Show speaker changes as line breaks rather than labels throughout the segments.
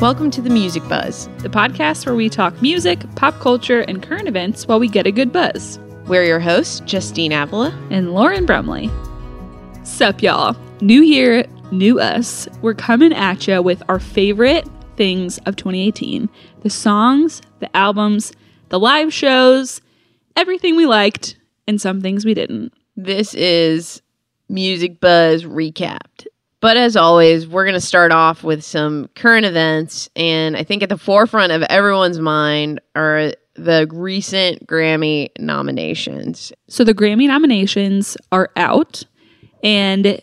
Welcome to the Music Buzz.
the podcast where we talk music, pop culture, and current events while we get a good buzz.
We're your hosts, Justine Avila.
And Lauren Brumley. Sup, y'all. New year, new us. We're coming at ya with our favorite things of 2018 the songs, the albums, the live shows, everything we liked, and some things we didn't.
This is Music Buzz Recapped. But as always, we're going to start off with some current events. And I think at the forefront of everyone's mind are the recent Grammy nominations.
So the Grammy nominations are out, and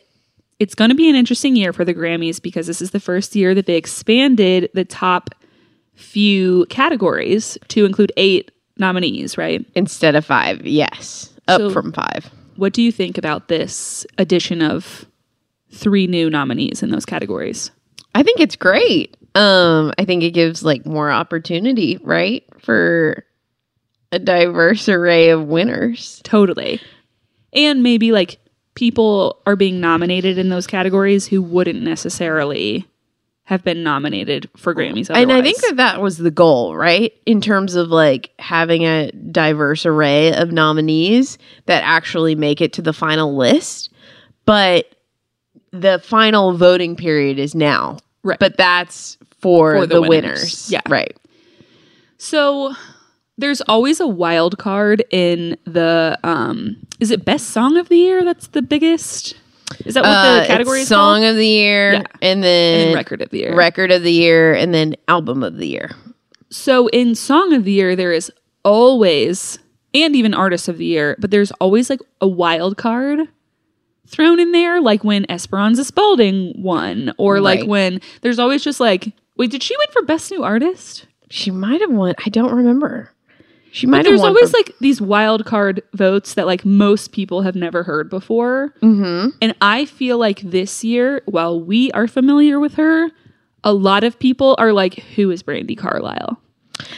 it's going to be an interesting year for the Grammys because this is the first year that they expanded the top few categories to include eight nominees, right?
Instead of five, yes, up
So-
from five.
What do you think about this addition of three new nominees in those categories?
I think it's great. Um, I think it gives like more opportunity, right, for a diverse array of winners.
Totally. And maybe like people are being nominated in those categories who wouldn't necessarily have been nominated for Grammys. Otherwise.
And I think that that was the goal, right, in terms of like having a diverse array of nominees that actually make it to the final list. But the final voting period is now,
Right.
but that's for,
For
the,
the
winners.
winners. Yeah.
right.
So there's always a wild card in the um is it best song of the year that's the biggest? Is that what
Uh,
the category
it's
is
song
called?
of the year,
Yeah.
and
And
then
then record of the year.
record of the year and then album of the year.
so in song of the year there is always and even artist of the year, but there's always like a wild card thrown in there like when Esperanza Spalding won or
Right.
like when there's always just like wait, did she win for best new artist?
She might have won. I don't remember. She
But
might have
there's
won.
always like these wild card votes that like most people have never heard before.
hmm
And I feel like this year, while we are familiar with her, a lot of people are like, who is Brandy Carlisle?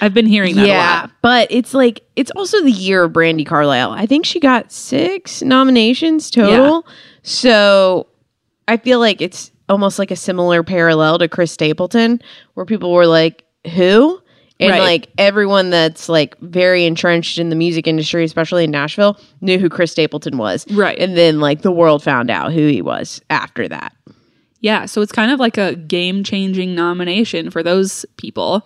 I've been hearing that a
yeah,
lot.
but it's like it's also the year of Brandy Carlisle. I think she got six nominations total. So I feel like it's almost like a similar parallel to Chris Stapleton, where people were like, "Who?" And
Right.
like everyone that's like very entrenched in the music industry, especially in Nashville, knew who Chris Stapleton was.
Right.
And then like the world found out who he was after that.
Yeah. So it's kind of like a game changing nomination for those people.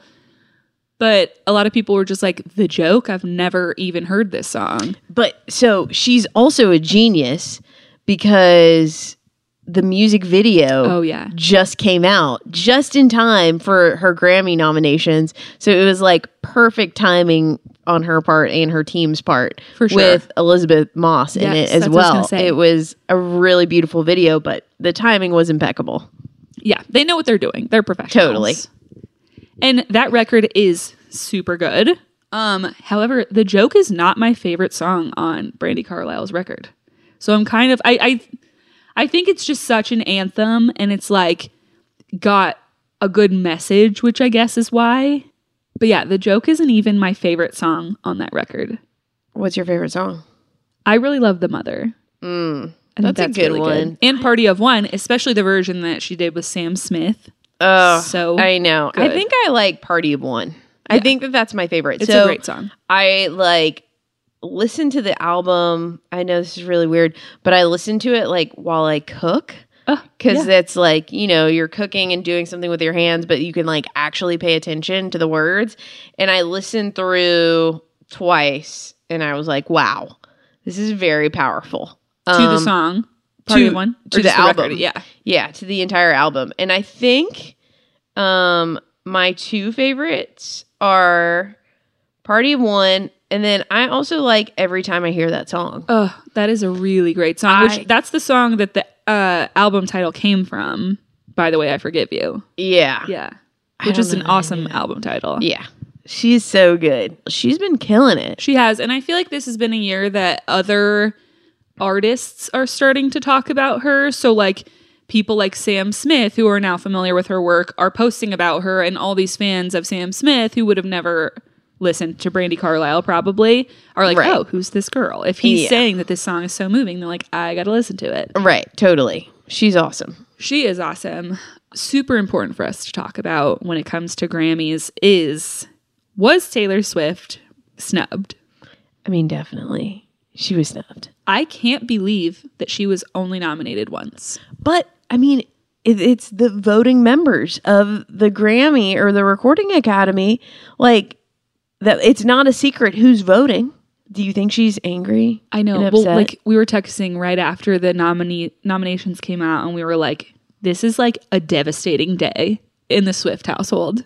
But a lot of people were just like, the joke? I've never even heard this song.
But so she's also a genius because the music video
Oh, yeah.
just came out just in time for her Grammy nominations. So it was like perfect timing on her part and her team's part
For sure.
with Elizabeth Moss in
Yes,
it as
that's what I was
well.
gonna say.
it was a really beautiful video, but the timing was impeccable.
Yeah. They know what they're doing, they're professionals.
Totally.
And that record is super good. Um, however, the joke is not my favorite song on Brandy Carlisle's record. So I'm kind of I I I think it's just such an anthem and it's like got a good message, which I guess is why. But yeah, the joke isn't even my favorite song on that record.
What's your favorite song?
I really love The Mother.
Mm.
I think
That's a good one.
And Party of One, especially the version that she did with Sam Smith.
Oh,
So
I know. I
good.
think I like Party of One. I
Yeah.
think that that's my favorite.
It's
so
a great song.
I like listen to the album. I know this is really weird, but I listen to it like while I cook
Oh,
because
yeah.
that's like you know you're cooking and doing something with your hands, but you can like actually pay attention to the words. And I listened through twice, and I was like, wow, this is very powerful.
to the
Um,
song Party
to-
of One
to
Or
the
just
album.
record? Yeah.
Yeah, to the entire album. And I think um my two favorites are Party of One and then I also like every time I hear that song.
Oh, that is a really great song. Which
I-
that's the song that the uh, album title came from. By the way, I forgive you.
Yeah.
Yeah,
I
which
don't
is an
know.
awesome album title.
Yeah. She's so good. She's been killing it.
She has, and I feel like this has been a year that other artists are starting to talk about her. So like people like Sam Smith, who are now familiar with her work, are posting about her, and all these fans of Sam Smith who would have never listened to Brandy Carlisle probably are like,
Right.
oh, who's this girl? If he's
Yeah.
saying that this song is so moving, they're like, I gotta listen to it.
Right, totally. She's awesome.
She is awesome. super important for us to talk about when it comes to Grammys is was Taylor Swift snubbed?
I mean, definitely. She was snubbed.
I can't believe that she was only nominated once.
But, I mean, it, it's the voting members of the Grammy or the Recording Academy. Like, that it's not a secret who's voting. Do you think she's angry?
I know.
and
Well,
upset?
like we were texting right after the nominee nominations came out, and we were like, "This is like a devastating day in the Swift household,"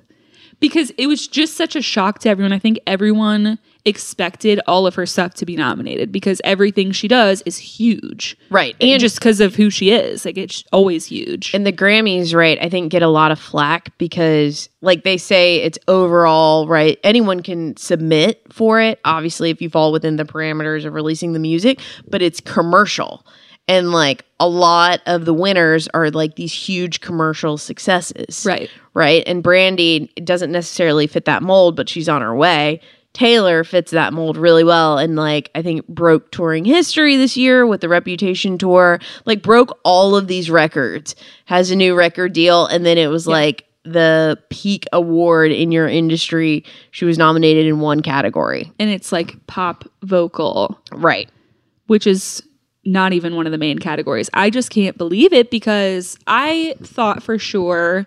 because it was just such a shock to everyone. I think everyone expected all of her stuff to be nominated because everything she does is huge,
right.
and
And
just because of who she is, like it's always huge.
and the Grammys, right, I think get a lot of flack because like they say it's overall, right? Anyone can submit for it, obviously if you fall within the parameters of releasing the music, but it's commercial. And like a lot of the winners are like these huge commercial successes.
right?
Right? And Brandy doesn't necessarily fit that mold, but she's on her way. Taylor fits that mold really well and like I think broke touring history this year with the Reputation tour. Like broke all of these records. Has a new record deal and then it was like the peak award in your industry. She was nominated in one category.
And it's like pop vocal,
Right.
which is not even one of the main categories. I just can't believe it because I thought for sure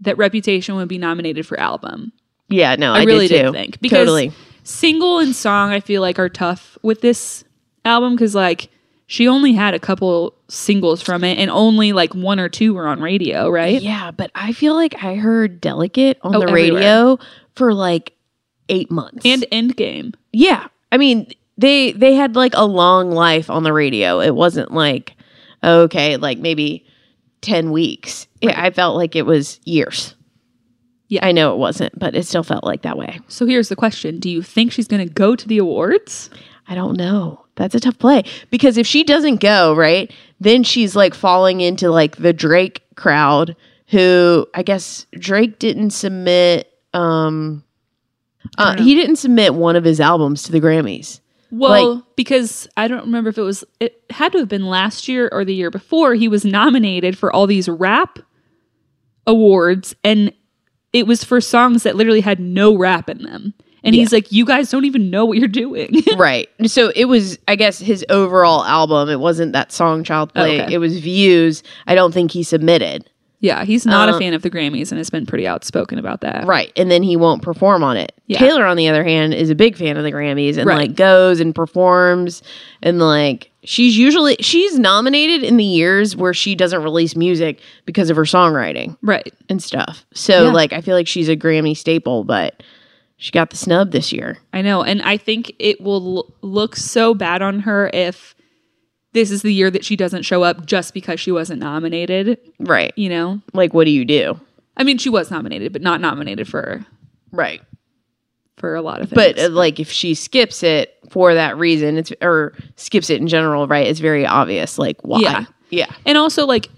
that Reputation would be nominated for album.
Yeah, no, I,
I, really
did
did
too.
not think because
totally.
single and song I feel like are tough with this album because like she only had a couple singles from it and only like one or two were on radio, right?
Yeah, but I feel like I heard Delicate on
Oh,
the
everywhere.
radio for like 8 months.
And Endgame.
Yeah. I mean, they they had like a long life on the radio. It wasn't like okay, like maybe 10 weeks. Yeah, I felt like it was years.
Yeah.
I know it wasn't, but it still felt like that way.
So here's the question: Do you think she's going to go to the awards?
I don't know. That's a tough play because if she doesn't go, right, then she's like falling into like the Drake crowd who I guess Drake didn't submit um uh, he didn't submit one of his albums to the Grammys.
Well, because I don't remember if it was it had to have been last year or the year before he was nominated for all these rap awards and it was for songs that literally had no rap in them. And he's like, "You guys don't even know what you're doing."
right. So it was, I guess, his overall album. It wasn't that song Child Play.
okay.
It was Views. I don't think he submitted.
yeah, he's not
Uh,
a fan of the Grammys and has been pretty outspoken about that.
Right. And then he won't perform on it.
Yeah.
Taylor, on the other hand, is a big fan of the Grammys and
Right.
like goes and performs. And like, she's usually, she's nominated in the years where she doesn't release music because of her songwriting
Right.
and stuff. So
Yeah.
like, I feel like she's a Grammy staple, but she got the snub this year.
I know. And I think it will l- look so bad on her if this is the year that she doesn't show up just because she wasn't nominated,
Right.
you know?
Like, what do you do?
I mean, she was nominated, but not nominated for
Right.
for a lot of things.
but uh, like if she skips it for that reason it's or skips it in general right it's very obvious like why
Yeah.
yeah
and also like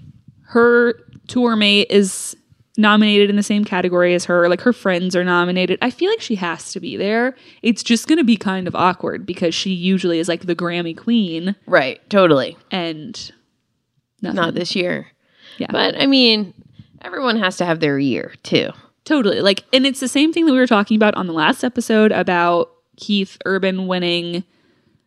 her tour mate is nominated in the same category as her. Like her friends are nominated. I feel like she has to be there. It's just going to be kind of awkward because she usually is like the Grammy queen
right totally
and nothing.
not this year
Yeah.
but i mean everyone has to have their year too
Totally. Like, and it's the same thing that we were talking about on the last episode about Keith Urban winning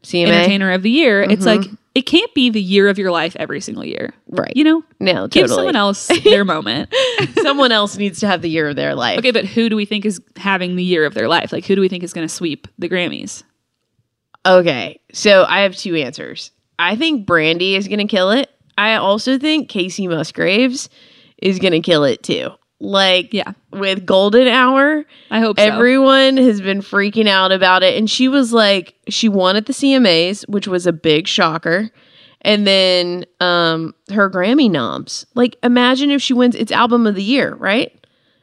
cma
Entertainer of the Year. It's like it can't be the year of your life every single year.
Mm-hmm. right
You know,
no totally
give someone else their moment.
Someone else needs to have the year of their life
Okay, but who do we think is having the year of their life? Like, who do we think is going to sweep the Grammys?
okay so i have two answers i think brandy is gonna kill it i also think casey musgraves is gonna kill it too like
Yeah,
with golden hour
I hope so.
Everyone has been freaking out about it. And she was like, she won at the CMAs, which was a big shocker. And then um her Grammy noms. Like, imagine if she wins it's album of the year, right?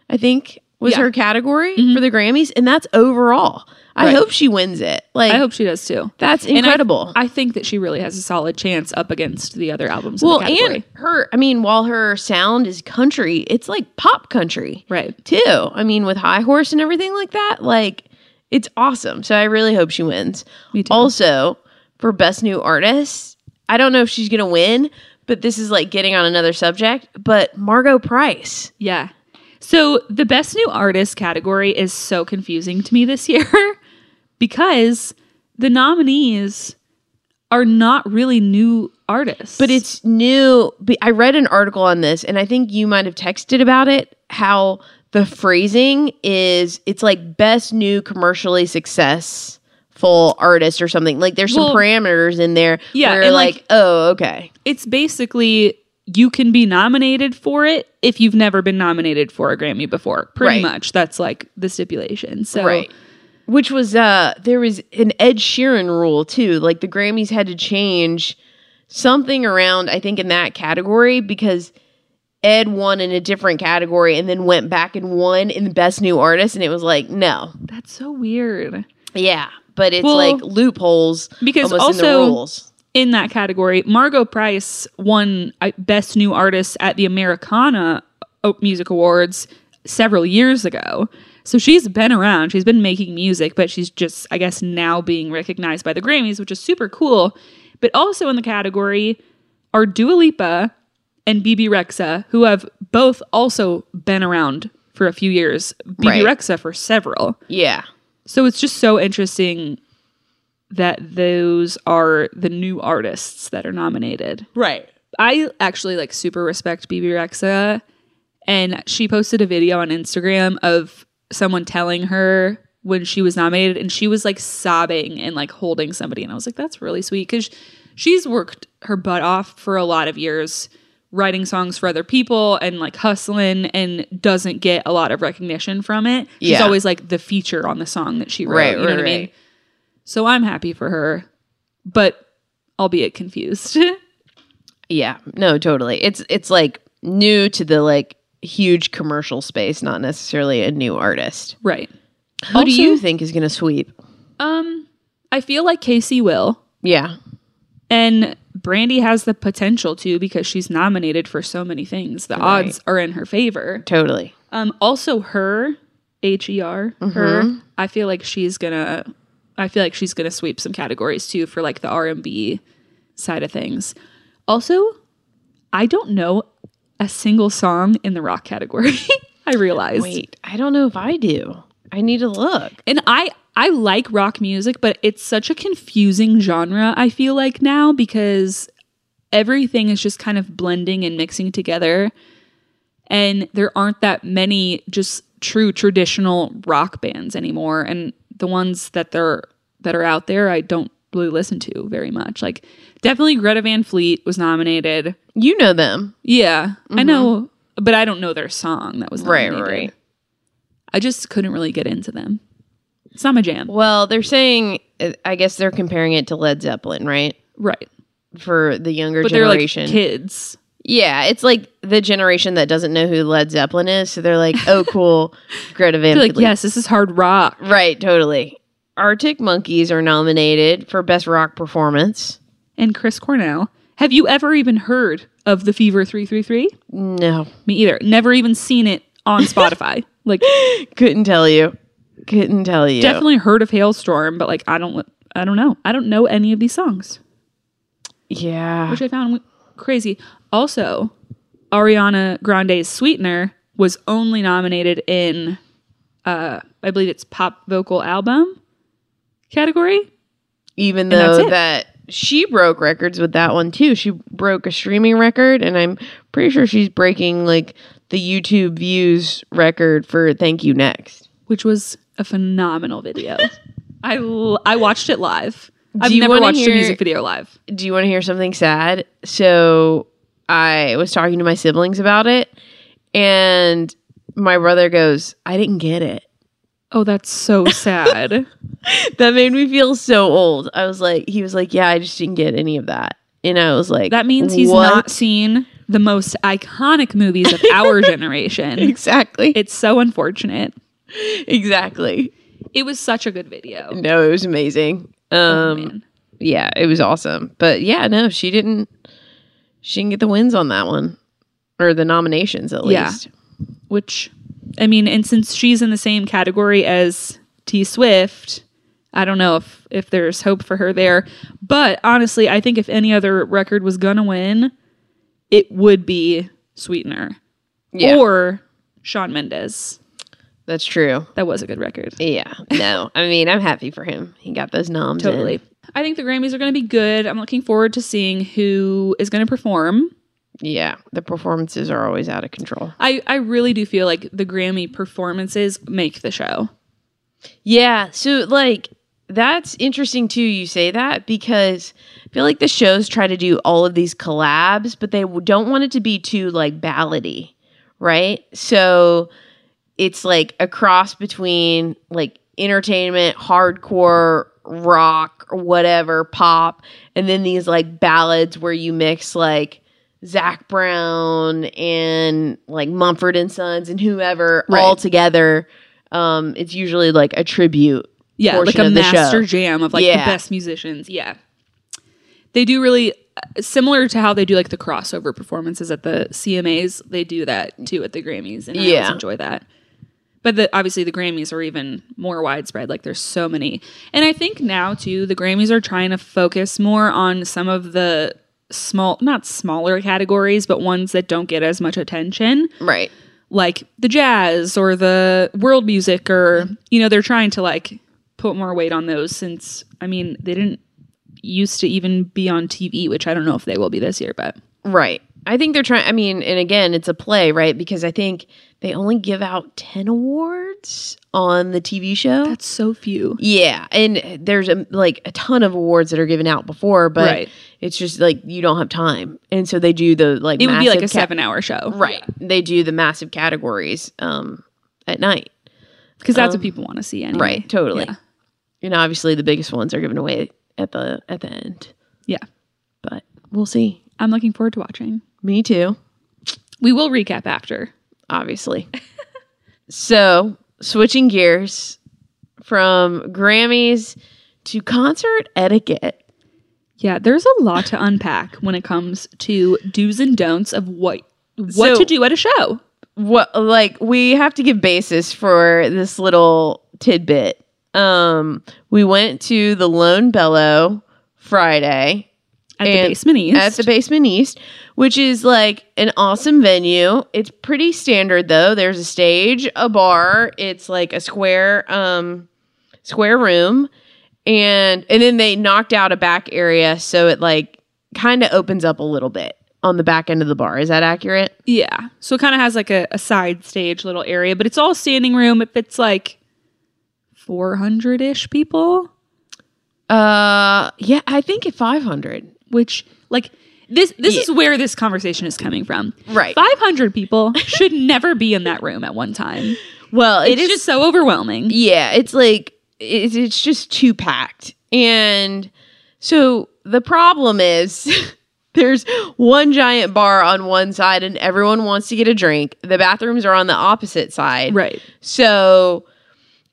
I think was
Yeah.
her category
Mhm.
for the Grammys. And that's overall. I
Right.
hope she wins it. Like
I hope she does too.
that's
I-
incredible.
I think that she really has a solid chance up against the other albums.
well,
in the category.
and her I mean, while her sound is country, it's like pop country.
right,
too. I mean, with High Horse and everything like that, like it's awesome. So I really hope she wins.
me too.
Also, for Best New Artist, I don't know if she's going to win, but this is like getting on another subject. But Margot Price.
Yeah. So the best new artist category is so confusing to me this year because the nominees are not really new artists.
But it's new. But I read an article on this, and I think you might have texted about it. How the phrasing is, it's like best new commercially successful artist or something. Like there's some
Well-
parameters in there.
Yeah,
where
and,
like,
like-
oh, okay,
it's basically you can be nominated for it if you've never been nominated for a Grammy before. Pretty
Right.
much. That's like the stipulation. So
right. Which was uh, there was an Ed Sheeran rule too. Like the Grammys had to change something around. I think in that category because. Ed won in a different category and then went back and won in the best new artist and it was like no
that's so weird.
Yeah, but it's
Well-
like loopholes
Because
almost in the
also-
rules.
in that category, Margot Price won uh, Best New Artist at the Americana uh, Music Awards several years ago. So she's been around, she's been making music, but she's just, I guess, now being recognized by the Grammys, which is super cool. But also in the category are Dua Lipa and BB Rexa, who have both also been around for a few years,
Right.
BB Rexa for several.
Yeah,
So it's just so interesting that those are the new artists that are nominated.
right.
I actually like super respect BB Rexa and she posted a video on Instagram of someone telling her when she was nominated and she was like sobbing and like holding somebody and I was like that's really sweet cuz she's worked her butt off for a lot of years writing songs for other people and like hustling and doesn't get a lot of recognition from it. She's
Yeah.
always like the feature on the song that she wrote,
Right,
you know
right,
what I mean?
right.
So I'm happy for her, but albeit confused.
Yeah, no, totally. It's it's like new to the like huge commercial space, not necessarily a new artist.
right.
Who
Also-
do you think is going to sweep?
Um, I feel like Casey will,
Yeah,
and Brandy has the potential to because she's nominated for so many things. The
Right.
odds are in her favor.
totally.
Um, also her, H E R, her.
Mm-hmm.
I feel like she's gonna. I feel like she's gonna sweep some categories too for like the R and B side of things. Also, I don't know a single song in the rock category. I realized.
Wait, I don't know if I do. I need to look.
And I I like rock music, but it's such a confusing genre I feel like now because everything is just kind of blending and mixing together and there aren't that many just true traditional rock bands anymore and the ones that they're that are out there I don't really listen to very much. Like definitely Greta Van Fleet was nominated.
You know them,
Yeah, I know, but I don't know their song that was nominated. I just couldn't really get into them. It's not my jam.
Well, they're saying. uh, I guess they're comparing it to Led Zeppelin, right?
Right.
For the younger
But
generation,
they're like kids.
Yeah, it's like the generation that doesn't know who Led Zeppelin is, so they're like, "Oh, cool, Greta Van."
They're like,
Fleet."
yes, this is hard rock.
right, totally. Arctic Monkeys are nominated for best rock performance.
And Chris Cornell. Have you ever even heard of the Fever 333?
No,
Me either. Never even seen it on Spotify. like,
couldn't tell you. Couldn't tell you.
definitely heard of Hailstorm, but like, I don't, I don't know. I don't know any of these songs,
Yeah.
which I found w- crazy. Also, Ariana Grande's Sweetener was only nominated in, uh, I believe it's pop vocal album category.
Even
that's
though
it.
that she broke records with that one too. She broke a streaming record, and I'm pretty sure she's breaking like the YouTube views record for "Thank You Next."
which was a phenomenal video. I l- I watched it live. I've
you
never
wanna
watched
hear-
a music video live.
do you want to hear something sad? So I was talking to my siblings about it, and my brother goes, I didn't get it.
Oh, that's so sad.
That made me feel so old. I was like, he was like, Yeah, I just didn't get any of that. And I was like,
that means he's
"What?"
not seen the most iconic movies of our generation.
Exactly.
It's so unfortunate.
Exactly.
It was such a good video.
No, it was amazing.
Oh,
Um,
man.
yeah, it was awesome. But yeah, no, she didn't. She didn't get the wins on that one, or the nominations at
Yeah.
least.
Which, I mean, and since she's in the same category as T Swift, I don't know if if there's hope for her there. But honestly, I think if any other record was gonna win, it would be Sweetener
Yeah,
or Sean Mendes.
that's true.
That was a good record.
Yeah, no, I mean, I'm happy for him. He got those noms. in.
Totally. I think the Grammys are going to be good. I'm looking forward to seeing who is going to perform.
Yeah, the performances are always out of control.
I, I really do feel like the Grammy performances make the show.
Yeah, so like that's interesting too. You say that because I feel like the shows try to do all of these collabs, but they w- don't want it to be too like ballady, right? So it's like a cross between like entertainment, hardcore, rock, or whatever, pop, and then these like ballads where you mix like Zach Brown and like Mumford and Sons and whoever
Right.
all together. Um, it's usually like a tribute.
Yeah, like
portion
a
of the show.
master jam of like
Yeah.
the best musicians. Yeah. They do really uh, similar to how they do like the crossover performances at the CMAs, they do that too at the Grammys and I always
Yeah.
enjoy that. But the, obviously the Grammys are even more widespread. Like there's so many. And I think now too the Grammys are trying to focus more on some of the small not smaller categories, but ones that don't get as much attention
Right.
like the jazz or the world music or you know they're trying to like put more weight on those since i mean they didn't used to even be on tv which i don't know if they will be this year but
Right. I think they're trying. I mean, and again, it's a play, right? Because I think they only give out 10 awards on the TV show.
that's so few
yeah. And there's a, like a ton of awards that are given out before, but
Right.
it's just like you don't have time. And so they do the like,
it would be like a
massive
seven hour show
ca- Right. They do the massive categories um, at night.
because that's
Um,
what people want to see anyway
Right. Totally.
Yeah.
And obviously the biggest ones are given away at the, at the end.
Yeah.
But we'll see.
i'm looking forward to watching
Me too.
we will recap after
obviously. so, switching gears from Grammys to concert etiquette.
yeah there's a lot to unpack when it comes to do's and don'ts of what what
So-
to do at a show
What like we have to give basis for this little tidbit. Um, we went to the Lone Bellow Friday.
at the
And
basement east
at the Basement East, which is like an awesome venue. It's pretty standard though. There's a stage, a bar. It's like a square, um, square room, and and then they knocked out a back area, so it like kind of opens up a little bit on the back end of the bar. Is that accurate?
Yeah. So it kind of has like a, a side stage little area, but it's all standing room. If it's like 400 ish people,
Uh, yeah, I think at five hundred.
which like this, this
Yeah.
is where this conversation is coming from.
Right.
500 people should never be in that room at one time.
Well, it
It's
is
just so overwhelming.
Yeah, it's like it's, it's just too packed. And so the problem is there's one giant bar on one side and everyone wants to get a drink. The bathrooms are on the opposite side.
Right.
So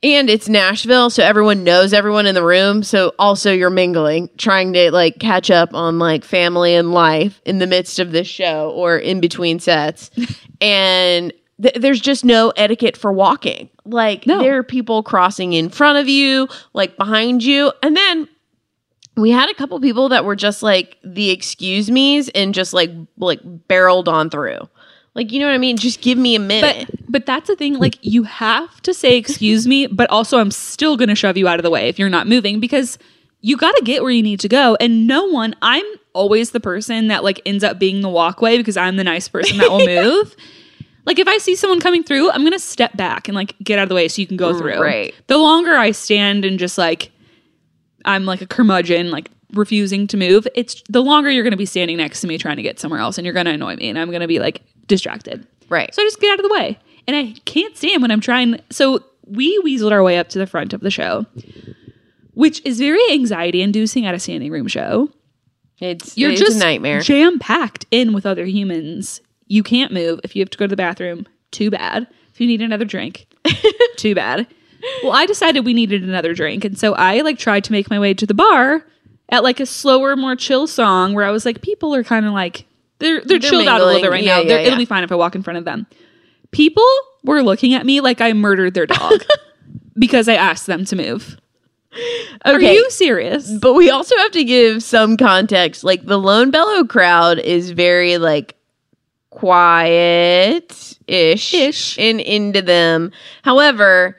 and it's Nashville, so everyone knows everyone in the room. So also you're mingling, trying to like catch up on like family and life in the midst of this show or in between sets. and th- there's just no etiquette for walking. Like
No.
there are people crossing in front of you, like behind you. And then we had a couple people that were just like the excuse me's and just like like barreled on through. Like you know what I mean? Just give me a minute.
But but that's the thing like you have to say excuse me, but also I'm still going to shove you out of the way if you're not moving because you got to get where you need to go and no one I'm always the person that like ends up being the walkway because I'm the nice person that will move. Like if I see someone coming through, I'm going to step back and like get out of the way so you can go through.
Right.
The longer I stand and just like I'm like a curmudgeon like refusing to move, it's the longer you're going to be standing next to me trying to get somewhere else and you're going to annoy me and I'm going to be like distracted.
right.
So I just get out of the way. And I can't stand when I'm trying. So we weaseled our way up to the front of the show, which is very anxiety inducing at a standing room show.
It's
You're
it's
just
a nightmare.
Jam packed in with other humans. You can't move. If you have to go to the bathroom, too bad. If you need another drink, too bad. Well, I decided we needed another drink, and so I like tried to make my way to the bar at like a slower, more chill song where I was like, people are kind of like they're they're, chilled out a little
mingling.
bit right
Yeah,
now.
yeah,
They're-
yeah.
It'll be fine if I walk in front of them. People were looking at me like I murdered their dog because I asked them to move. Are
Okay.
you serious?
But we also have to give some context. Like the Lone Bellow crowd is very like quiet ish
Ish.
and into them. However,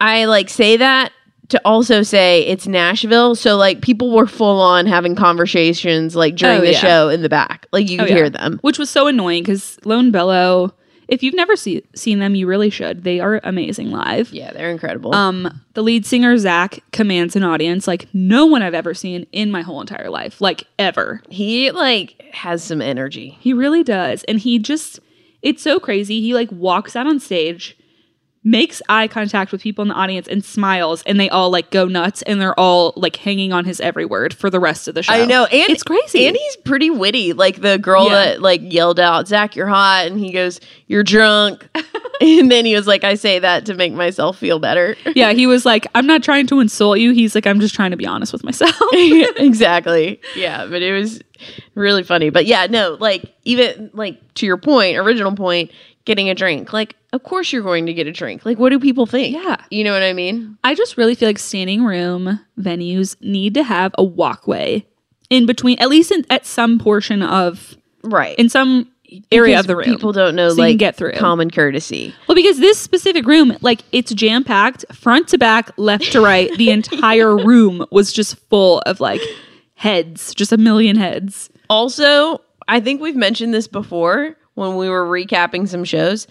I like say that to also say it's Nashville, so like people were full on having conversations like during
Oh,
the
yeah.
show in the back, like you
Oh,
could
yeah.
hear them.
which was so annoying because Lone Bellow. If you've never see, seen them, you really should. They are amazing live.
Yeah, they're incredible.
Um, the lead singer Zach commands an audience like no one I've ever seen in my whole entire life, like ever.
he like has some energy.
He really does, and he just—it's so crazy. He like walks out on stage, makes eye contact with people in the audience, and smiles, and they all like go nuts, and they're all like hanging on his every word for the rest of the show.
I know, and
it's crazy.
And he's pretty witty. Like the girl
Yeah.
that like yelled out, "Zach, you're hot," and he goes, "You're drunk," and then he was like, "I say that to make myself feel better."
yeah, he was like, "I'm not trying to insult you." He's like, "I'm just trying to be honest with myself."
exactly. Yeah, but it was really funny. But yeah, no, like even like to your point, original point, getting a drink. Like, of course you're going to get a drink. Like, what do people think?
Yeah.
you know what I mean.
I just really feel like standing room venues need to have a walkway in between, at least in, at some portion of,
Right.
in some area
Because
of the room.
people don't know
So you can
like
get through.
common courtesy.
well, because this specific room, like it's jam packed, front to back, left to right. the entire room was just full of like heads, just a million heads.
Also, I think we've mentioned this before when we were recapping some shows.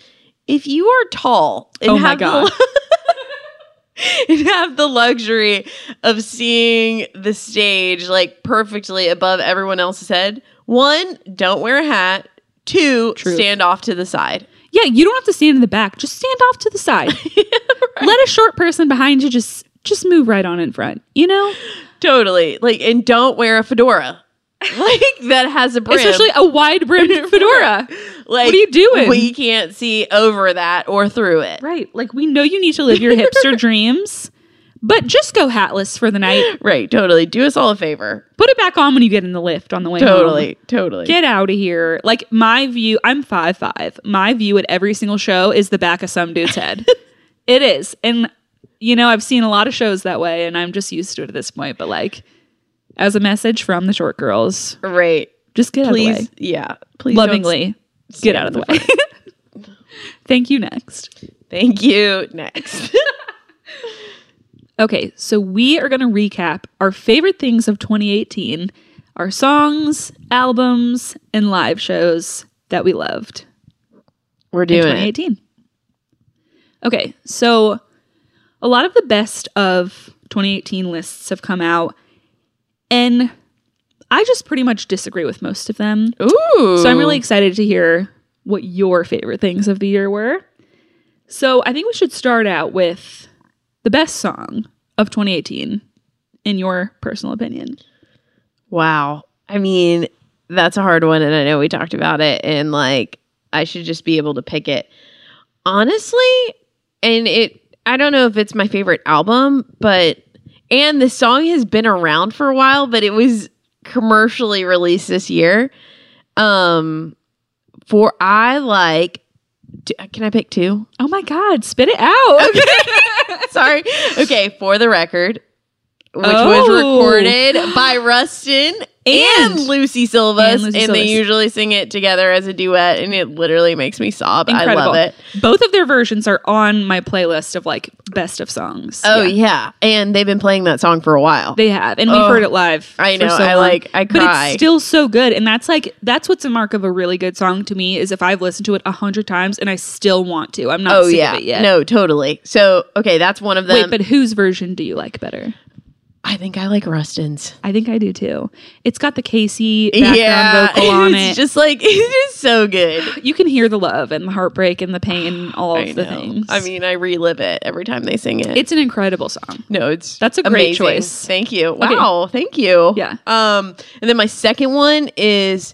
If you are tall and
Oh my
have
God.
The, and have the luxury of seeing the stage like perfectly above everyone else's head, one, don't wear a hat. Two,
Truth.
stand off to the side.
Yeah, you don't have to stand in the back. Just stand off to the side. Let a short person behind you just just move right on in front. You know,
Totally. Like, and don't wear a fedora. Like that has a brim.
especially a wide brimmed fedora.
like,
what are you doing?
We can't see over that or through it.
Right. Like we know you need to live your hipster dreams, but just go hatless for the night.
Right, totally. Do us all a favor.
Put it back on when you get in the lift on the way home.
Totally, totally.
Get out of here. Like my view, I'm five five. My view at every single show is the back of some dude's head. it is. And you know, I've seen a lot of shows that way and I'm just used to it at this point, but like as a message from the short girls,
right.
just get out of the way.
Please, yeah. Please don't
Lovingly, get
stand
out of the
in
way. Thank you next.
s- Thank you. Next.
Okay, so we are going to recap our favorite things of 2018, our songs, albums, and live shows that we loved
We're
in
doing it.
2018. Okay, so a lot of the best of 2018 lists have come out, and I just pretty much disagree with most of them.
Ooh.
So I'm really excited to hear what your favorite things of the year were. So I think we should start out with the best song of 2018 in your personal opinion.
Wow. I mean, that's a hard one and I know we talked about it and like I should just be able to pick it. Honestly, and it I don't know if it's my favorite album, but and the song has been around for a while, but it was commercially released this year. Um for I like d- can I pick two?
Oh my god, spit it out.
Sorry. Okay, for the record, which was
Oh.
recorded by Rustin and,
And-
Lucy Silvas,
and
and,
Lucy
they
Silvas.
usually sing it together as a duet, and it literally makes me sob. I
Incredible.
love it.
Both of their versions are on my playlist of like best of songs.
Oh yeah. and they've been playing that song for a while.
They have, and we've
Oh,
heard it live.
I
for
know,
so
I,
long.
like, I
but
cry.
it's still so good. And that's like that's what's a mark of a really good song to me is if I've listened to it a hundred times and I still want to. I'm not
oh
sick
yeah,
of it yet.
no, totally. So okay, that's one of them.
Wait, but whose version do you like better?
I think I like Rustin's.
I think I do too. It's got the Casey background vocal on
it's
it.
just like it's just so good.
you can hear the love and the heartbreak and the pain, and all
I
of the
know.
things.
I mean, I relive it every time they sing it.
it's an incredible song.
No, it's
That's a great
amazing.
choice.
Thank you.
Okay.
Wow, thank you.
Yeah.
Um, and then my second one is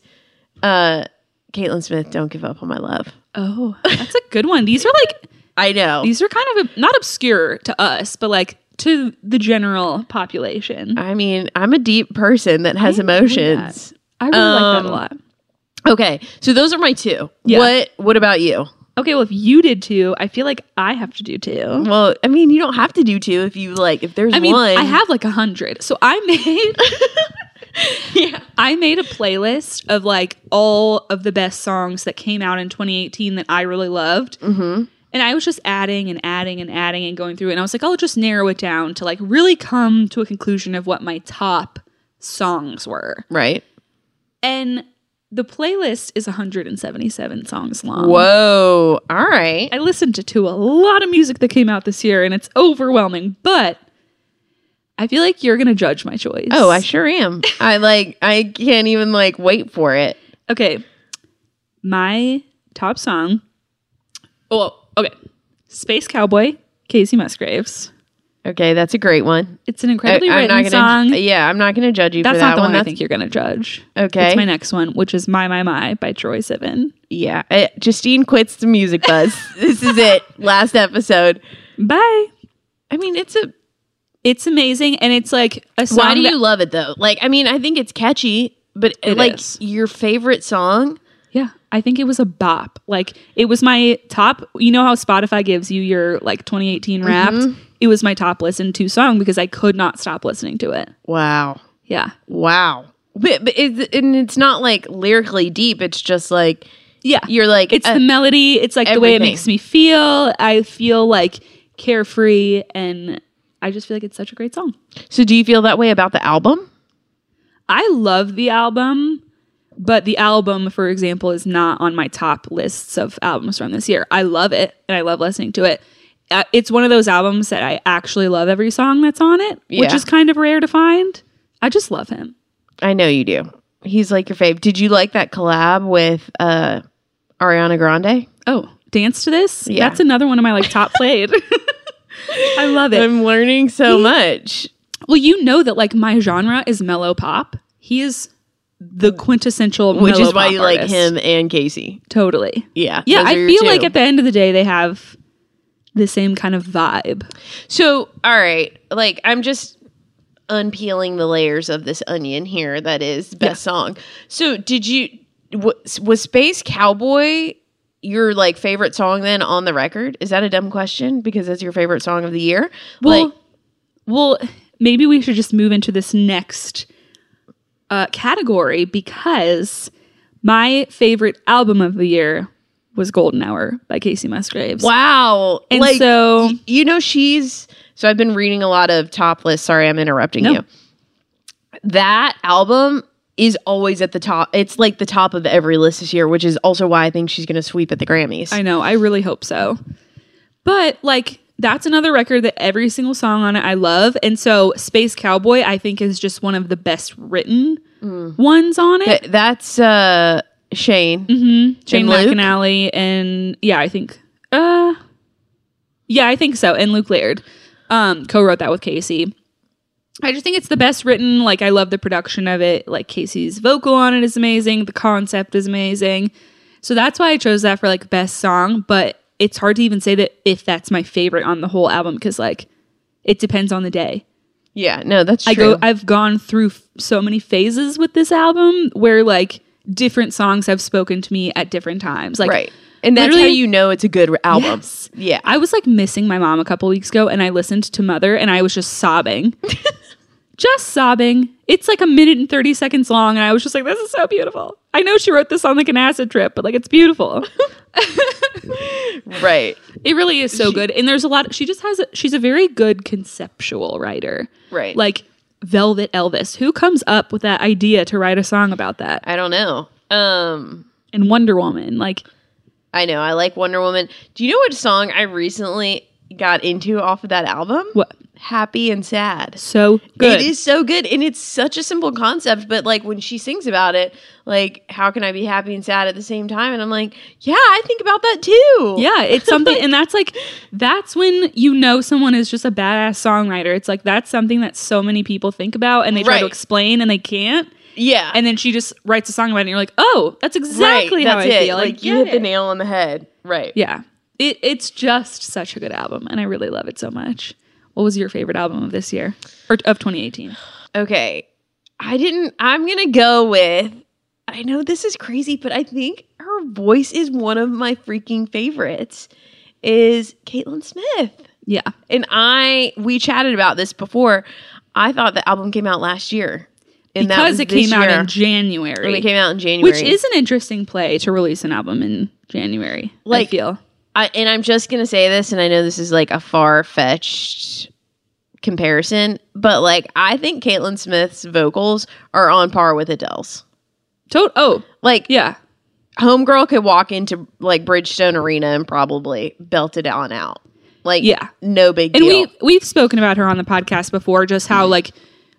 uh Caitlin Smith, Don't Give Up on My Love.
Oh, that's a good one. These are like
I know.
these are kind of not obscure to us, but like to the general population.
I mean, I'm a deep person that has
enjoy
emotions.
I really like that
Um,
a lot.
Okay. So those are my two.
Yeah.
What what about you?
Okay, well, if you did too, I feel like I have to do too.
Well, I mean, you don't have to do two if you like if there's
I mean,
one.
I have like a hundred, so I made
yeah.
I made a playlist of like all of the best songs that came out in 2018 that I really loved.
Mm-hmm.
And I was just adding and adding and adding and going through it. And I was like, I'll just narrow it down to like really come to a conclusion of what my top songs were.
Right.
And the playlist is 177 songs long.
Whoa. All right.
I listened to, to a lot of music that came out this year and it's overwhelming, but I feel like you're going to judge my choice.
Oh, I sure am. I like. I can't even like wait for it.
Okay. My top song. Oh, okay. Space Cowboy, Casey Musgraves.
Okay, that's a great one.
It's an incredibly
I, am not
written
gonna.
song.
Yeah, I'm not gonna judge you
That's
for
not
that
the one,
one.
I think you're going to judge.
okay.
It's my next one, which is My My My by Troy Sivan.
yeah. Uh, Justine quits the music buzz. this is it. Last episode.
Bye.
I mean, it's a.
It's amazing and it's like a song
Why do
that-
you love it though? Like, I mean, I think it's catchy, but
It
like
is.
your favorite song.
Yeah, I think it was a bop. Like it was my top. You know how Spotify gives you your like 2018
Mm-hmm.
Wrapped? It was my top listened to song because I could not stop listening to it.
Wow.
Yeah,
Wow. But, but it's, and it's not like lyrically deep. It's just like
yeah.
you're like
It's
uh,
the melody. It's like the way it
everything.
makes me feel. I feel like carefree, and I just feel like it's such a great song.
so. Do you feel that way about the album?
I love the album, but the album, for example, is not on my top lists of albums from this year. I love it and I love listening to it. Uh, It's one of those albums that I actually love every song that's on it, which
Yeah.
is kind of rare to find. I just love him.
I know you do. He's like your fave. Did you like that collab with uh Ariana Grande?
Oh, Dance to This?
Yeah.
That's another one of my like top played. I love it.
I'm learning so much.
well, you know that like my genre is mellow pop. He is the quintessential
Which
mellow
is why
pop
you like
artist.
him and Casey.
Totally.
Yeah.
Yeah,
those
I
are your
feel
two.
like at the end of the day, they have the same kind of vibe.
So, all right. Like, I'm just unpeeling the layers of this onion here that is best song. So, did you, was, was Space Cowboy your like favorite song then on the record? Is that a dumb question? Because that's your favorite song of the year?
Well,
like,
well, maybe we should just move into this next uh, category because my favorite album of the year was Golden Hour by Casey Musgraves.
wow.
And
like,
so,
you know she's so i've been reading a lot of top lists sorry i'm interrupting
No.
you that album is always at the top it's like the top of every list this year which is also why i think she's going to sweep at the grammys
I know, I really hope so. But like, that's another record that every single song on it I love. And so, Space Cowboy, I think, is just one of the best written
Mm.
ones on it.
Th- that's uh shane
Mm-hmm. Jane
And Luke?
McAnally and yeah, I think uh yeah, I think so. And Luke Laird um co-wrote that with Casey. I just think it's the best written. Like I love the production of it. Like Casey's vocal on it is amazing. The concept is amazing. So that's why I chose that for like best song, but it's hard to even say that if that's my favorite on the whole album cuz like it depends on the day.
yeah no that's true
I go I've gone through f- so many phases with this album where like different songs have spoken to me at different times. Like
right and that's how
literally-
you know it's a good album
Yes.
yeah
I was like missing my mom a couple weeks ago and I listened to Mother and I was just sobbing. just sobbing. It's like a minute and 30 seconds long and I was just like this is so beautiful. I know she wrote this on like an acid trip, but like it's beautiful.
right
it really is so good and there's a lot she just has a, she's a very good conceptual writer.
right
Like Velvet Elvis. Who comes up with that idea to write a song about that?
i don't know um
and Wonder Woman. Like,
I know. I like Wonder Woman. Do you know what song I recently got into off of that album?
What?
Happy and Sad.
so
It
good.
is so good. And it's such a simple concept, but like when she sings about it, like, how can I be happy and sad at the same time? And I'm like, yeah, I think about that too.
yeah, it's something, and that's like, that's when you know someone is just a badass songwriter. It's like, that's something that so many people think about and they try to
Right.
explain and they can't.
Yeah.
And then she just writes a song about it, and you're like, oh, that's
Right,
exactly how
that's
I
it.
feel. I
Like, you
get
hit the
it.
nail on the head. Right.
Yeah. It, it's just such a good album, and I really love it so much. What was your favorite album of this year or of 2018?
Okay. I didn't I'm going to go with I know this is crazy, but I think her voice is one of my freaking favorites is Caitlin Smith.
Yeah.
And I we chatted about this before. I thought the album came out last year. And that
because
was
it
this
came out
year.
in January,
When it came out in January.
which is an interesting play to release an album in January. I
Like-
feel
I, and I'm just gonna say this, and I know this is like a far fetched comparison, but like I think Caitlin Smith's vocals are on par with Adele's.
to- oh
Like
yeah,
Homegirl could walk into like Bridgestone Arena and probably belt it on out. Like
Yeah.
no big
and
deal.
we we've spoken about her on the podcast before, just how like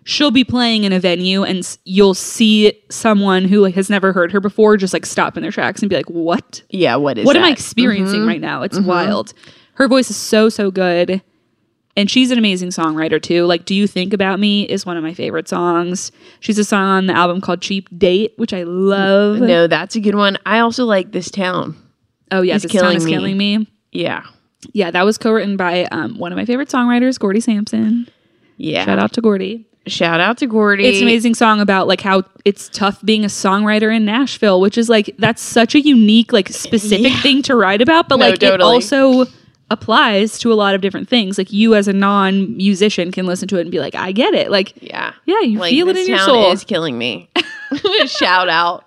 she'll be playing in a venue and s- you'll see someone who like has never heard her before just like stop in their tracks and be like, what?
yeah, Mm-hmm. what is
what am I
that?
experiencing right now? It's wild. Her voice is so so good, and she's an amazing songwriter too. Like, "Do You Think About Me" is one of my favorite songs. She's a song on the album called "Cheap Date," which I love.
No, that's a good one. I also like this town.
oh yeah,
He's
this town
Killing
is
Me.
killing me.
Yeah.
Yeah, that was co-written by um, one of my favorite songwriters, Gordy Sampson.
Yeah.
Shout out to Gordy.
Shout out to Gordy.
It's an amazing song about like how it's tough being a songwriter in Nashville, which is like that's such a unique, like specific
Yeah.
thing to write about, but
No,
like it
totally.
also applies to a lot of different things. Like you as a non musician can listen to it and be like, I get it. Like
Yeah.
yeah, you
Like,
feel it
this
in your
town
soul.
is killing me. Shout out.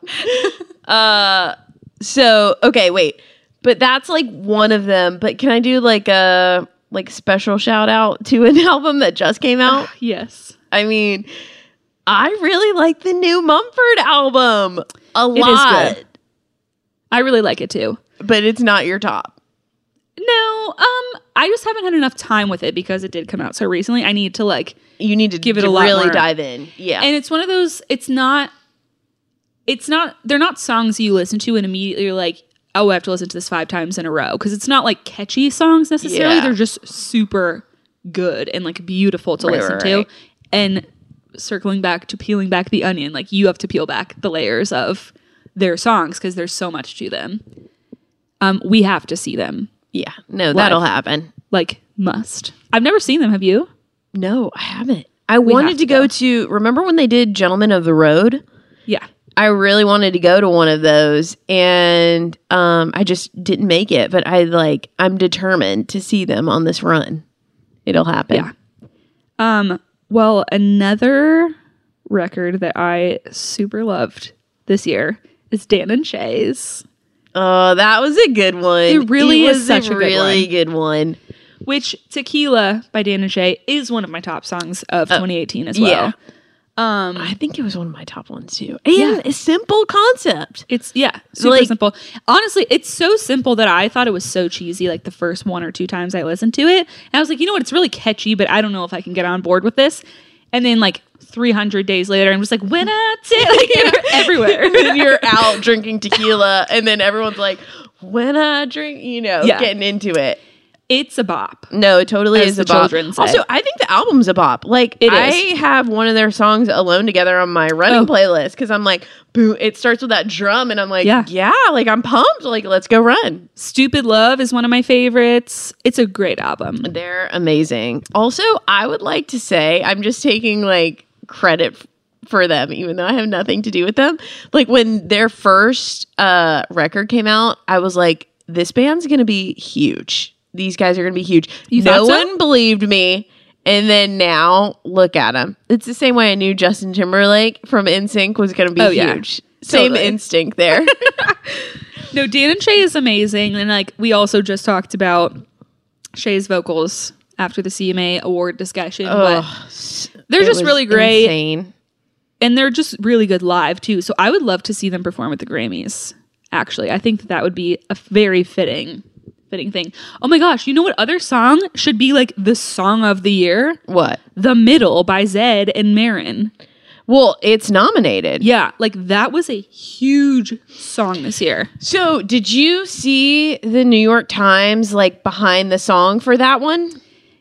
Uh, so okay, wait, but that's like one of them. But can I do like a like special shout out to an album that just came out?
yes.
I mean, I really like the new Mumford album a
is
lot,
good. I really like it too.
but it's not your top.
No, um, I just haven't had enough time with it because it did come out so recently. I need to like
You need to
Give it
d-
a lot
really
more.
dive in. Yeah,
and it's one of those it's not it's not they're not songs you listen to and immediately you're like oh i have to listen to this five times in a row because it's not like catchy songs necessarily
Yeah.
they're just super good and like beautiful to
Right,
listen
right,
to
right.
and circling back to peeling back the onion like you have to peel back the layers of their songs because there's so much to them um we have to see them
yeah. No, that'll happen.
like must i've never seen them have you
No, I haven't. I
have
wanted
to
to go to. Remember when they did Gentlemen of the Road?
yeah
I really wanted to go to one of those and um I just didn't make it, but I like I'm determined to see them on this run. It'll happen.
Yeah. Um, well, another record that I super loved this year is Dan and Shay's,
Oh, that was a good one.
It really is
was
such a good
really good one.
which Tequila by Dan and Shay is one of my top songs of 2018 as well.
Oh. yeah.
Um,
I think it was one of my top ones too. And
Yeah.
a simple concept.
it's yeah, super
Like-
simple. Honestly, it's so simple that I thought it was so cheesy like the first one or two times I listened to it. And I was like, you know what, it's really catchy, but I don't know if I can get on board with this. And then like 300 days later, I'm just like, when I take like, everywhere.
When you're out drinking tequila and then everyone's like, when I drink, you know,
Yeah.
getting into it.
it's a bop.
No, it totally
As
is
the
a bop.
children say.
Also, I think the album's a bop. Like
It
I
is.
have one of their songs alone together on my running
Oh.
playlist because I'm like, boo. It starts with that drum, and I'm like,
Yeah.
yeah, like I'm pumped. Like let's go run.
Stupid Love is one of my favorites. It's a great album.
They're amazing. Also, I would like to say I'm just taking like credit f- for them, even though I have nothing to do with them. Like when their first uh, record came out, I was like, this band's gonna be huge. These guys are gonna be huge.
You
no
thought so?
one believed me. And then now look at them. It's the same way I knew Justin Timberlake from NSYNC was gonna be
Oh, yeah.
huge. Same
Totally.
instinct there.
No, Dan and Shay is amazing. And like we also just talked about Shay's vocals after the CMA award discussion.
Ugh,
but they're
it
just
was
really great.
insane.
And they're just really good live too. So I would love to see them perform at the Grammys. Actually, I think that that would be a very fitting fitting thing. Oh my gosh, you know what other song should be like the song of the year?
What?
The Middle by Zed and Marin.
Well, it's nominated.
Yeah, like that was a huge song this year.
So, did you see the New York Times like behind the song for that one?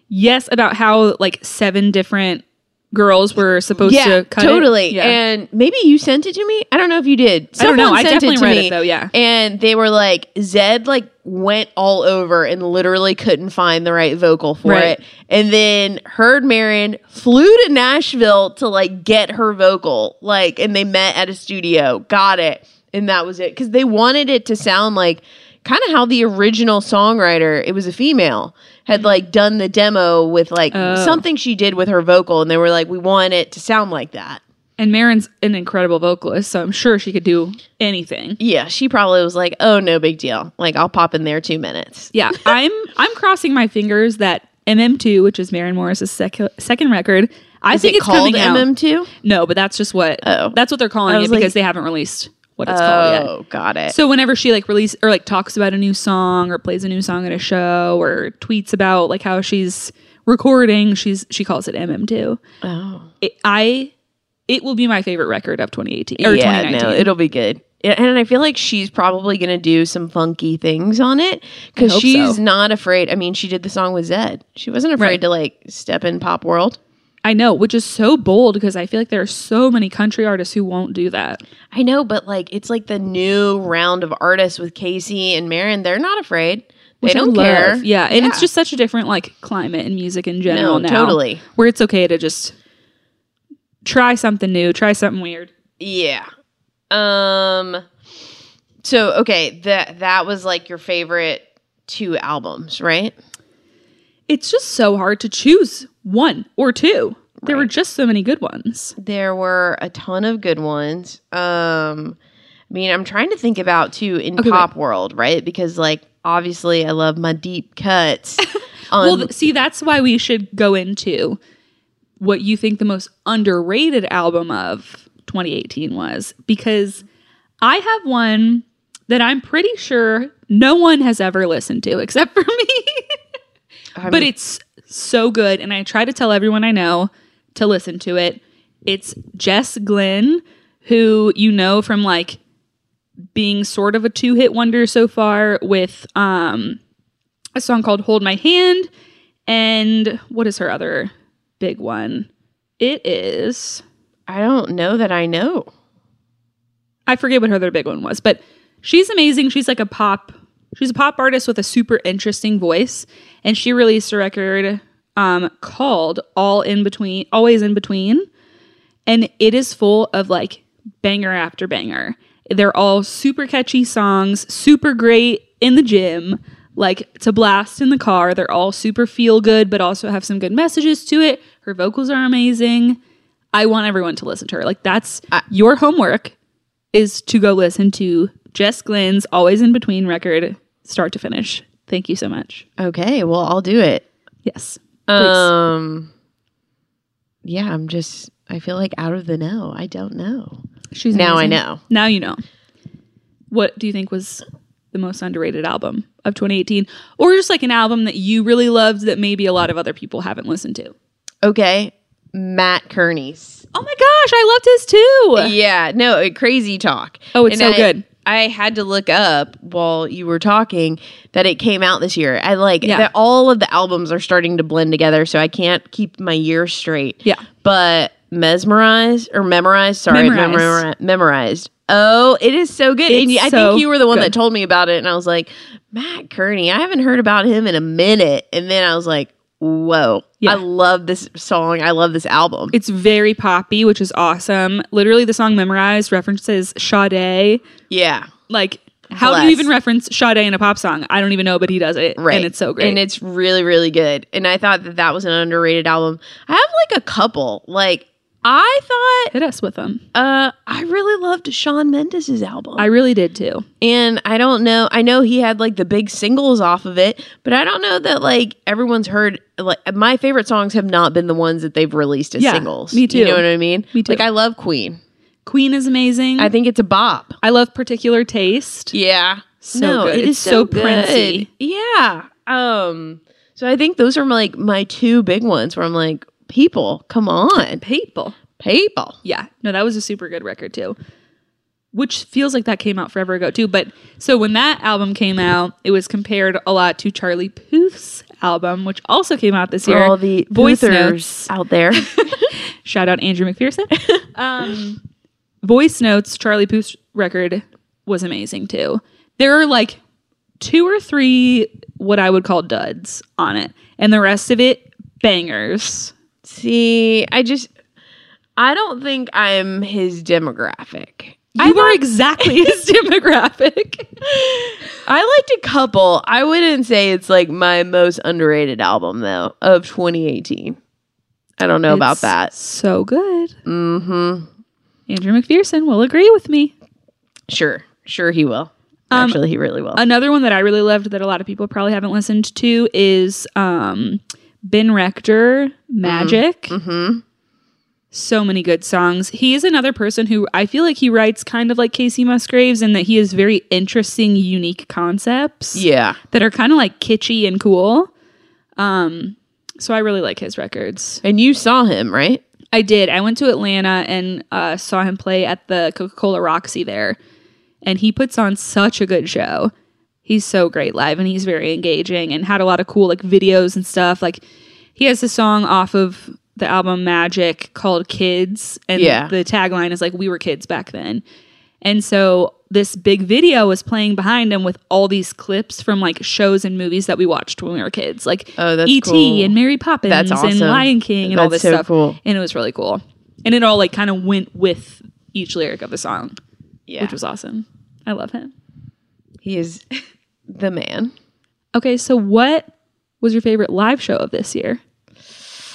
Yes, about how like seven different girls were supposed to cut it.
totally.
Yeah.
And maybe you sent it to me. I don't know if you did.
I don't know.
Someone
I
sent
definitely
it to
read
me,
it though. Yeah.
And they were like, Zed like went all over and literally couldn't find the right vocal for
Right.
it. And then Heard Marin flew to Nashville to like get her vocal. Like, and they met at a studio, got it. And that was it. Cause they wanted it to sound like kind of how the original songwriter, it was a female, had like done the demo with like
Oh.
something she did with her vocal. And they were like, we want it to sound like that.
And Marin's an incredible vocalist, so I'm sure she could do anything.
Yeah, she probably was like, "Oh, no big deal. Like I'll pop in there 2 minutes."
Yeah, I'm I'm crossing my fingers that MM2, which is Marin Morris's second second record, I
Is
think
it
it's
called
coming out.
MM2?
No, but that's just what
Oh.
that's what they're calling
I
it
was
because
like-
they haven't released what it's called yet.
Oh, got it.
So whenever she like release or like talks about a new song or plays a new song at a show or tweets about like how she's recording, she's she calls it MM2.
oh.
It, I it will be my favorite record of 2018 or
Yeah,
2019.
no, it'll be good. Yeah, And I feel like she's probably going to do some funky things on it
I
because
hope
she's
so.
not afraid. I mean, she did the song with Zed. She wasn't afraid
Right.
to like step in pop world.
I know, which is so bold because I feel like there are so many country artists who won't do that.
I know, but like it's like the new round of artists with Casey and Marin. They're not afraid. They
which I
don't
love.
care.
Yeah, and it's just such a different like climate in music in general
No,
now.
totally.
Where it's okay to just try something new, try something weird.
Yeah. Um so okay, that that was like your favorite two albums, right?
It's just so hard to choose one or two. There were
Right.
just so many good ones.
There were a ton of good ones. Um I mean, I'm trying to think about too in
Okay,
pop world, right? Because like obviously I love my deep cuts. on,
well, th- see, that's why we should go into what you think the most underrated album of 2018 was because I have one that I'm pretty sure no one has ever listened to except for me.
I
but
mean,
it's so good and i try to tell everyone i know to listen to it it's jess glynn who you know from like being sort of a two-hit wonder so far with um a song called hold my hand and what is her other big one it is
I don't know that I know.
i forget what her other big one was but she's amazing she's like a pop she's a pop artist with a super interesting voice and she released a record um, called All in Between, Always in Between, and it is full of like banger after banger. They're all super catchy songs, super great in the gym, like to blast in the car. They're all super feel good, but also have some good messages to it. Her vocals are amazing. I want everyone to listen to her. Like that's your homework is to go listen to Jess Glynn's Always in Between record, start to finish. Thank you so much. Uh,
Okay, well, I'll do it.
Yes.
Um Yeah, I'm just I feel like out of the know. I don't know.
She's
Now I
amazing.
know.
Now you know. What do you think was the most underrated album of 2018, or just like an album that you really loved that maybe a lot of other people haven't listened to?
Okay. Matt Kearney's.
Oh my gosh, I loved his too.
Yeah, no, it- crazy talk.
Oh, it's so
I-
good.
I had to look up while you were talking that it came out this year. I like
Yeah.
that all of the albums are starting to blend together, so I can't keep my year straight.
Yeah.
But mesmerized or memorized, sorry,
Memorized.
memorized. memorized. Oh, it is so good. and
It's
I
so
think you were the one
good.
that told me about it, and I was like, Matt Kearney, I haven't heard about him in a minute. And then I was like, whoa,
Yeah.
I love this song. I love this album.
It's very poppy, which is awesome. Literally, the song memorized references Sade.
yeah.
Like, how do
Bless.
you even reference Sade in a pop song? I don't even know, but he does it,
right
and it's so great.
and it's really really good and i thought that that was an underrated album i have like a couple like i
Hit us with them.
thought uh i really loved sean mendes's album
I really did too.
and i don't know i know he had like the big singles off of it but i don't know that like everyone's heard like my favorite songs have not been the ones that they've released as
Yeah,
singles
me
you
too.
know what i mean
Me too.
like i love queen
Queen is amazing.
i
I,
think it's a bop
love particular taste.
yeah
So good. It's so Prince-y.
Yeah. Um. So I think those are like my two big ones where I'm like, people, come on,
People.
people.
Yeah. No, that was a super good record too. Which feels like that came out forever ago too. But so when that album came out, it was compared a lot to Charlie Puth's album, which also came out this year.
all the
voice
voicers
notes.
out there.
Shout out Andrew McPherson. um, voice notes, Charlie Puth's record was amazing too. There are like two or three what I would call duds on it, and the rest of it bangers.
See, I just, I don't think I'm his demographic.
You were exactly his demographic.
I liked a couple. I wouldn't say it's like my most underrated album though of 2018. I don't know about
It's
that.
So good.
Mm-hmm.
Andrew McPherson will agree with me.
Sure. Sure he will.
Um,
Actually, he really will.
Another one that I really loved that a lot of people probably haven't listened to is um, Ben Rector, Magic.
mm-hmm.
So many good songs. He is another person who I feel like he writes kind of like Casey Musgraves in that he has very interesting, unique concepts
Yeah.
that are kind of like kitschy and cool. Um, so I really like his records.
And you saw him, right?
I did. I went to Atlanta and uh, saw him play at the Coca Cola Roxy there, and he puts on such a good show. He's so great live, and he's very engaging, and had a lot of cool like videos and stuff. Like he has a song off of the album Magic called "Kids," and
Yeah.
the tagline is like "We were kids back then." And so this big video was playing behind him with all these clips from like shows and movies that we watched when we were kids, like
Oh, that's
E.T.
cool.
and Mary Poppins and
awesome.
Lion King and all
That's
this
so
stuff
cool.
and it was really cool. And it all like kind of went with each lyric of the song,
Yeah.
which was awesome. I love him.
he is the man.
Okay, so what was your favorite live show of this year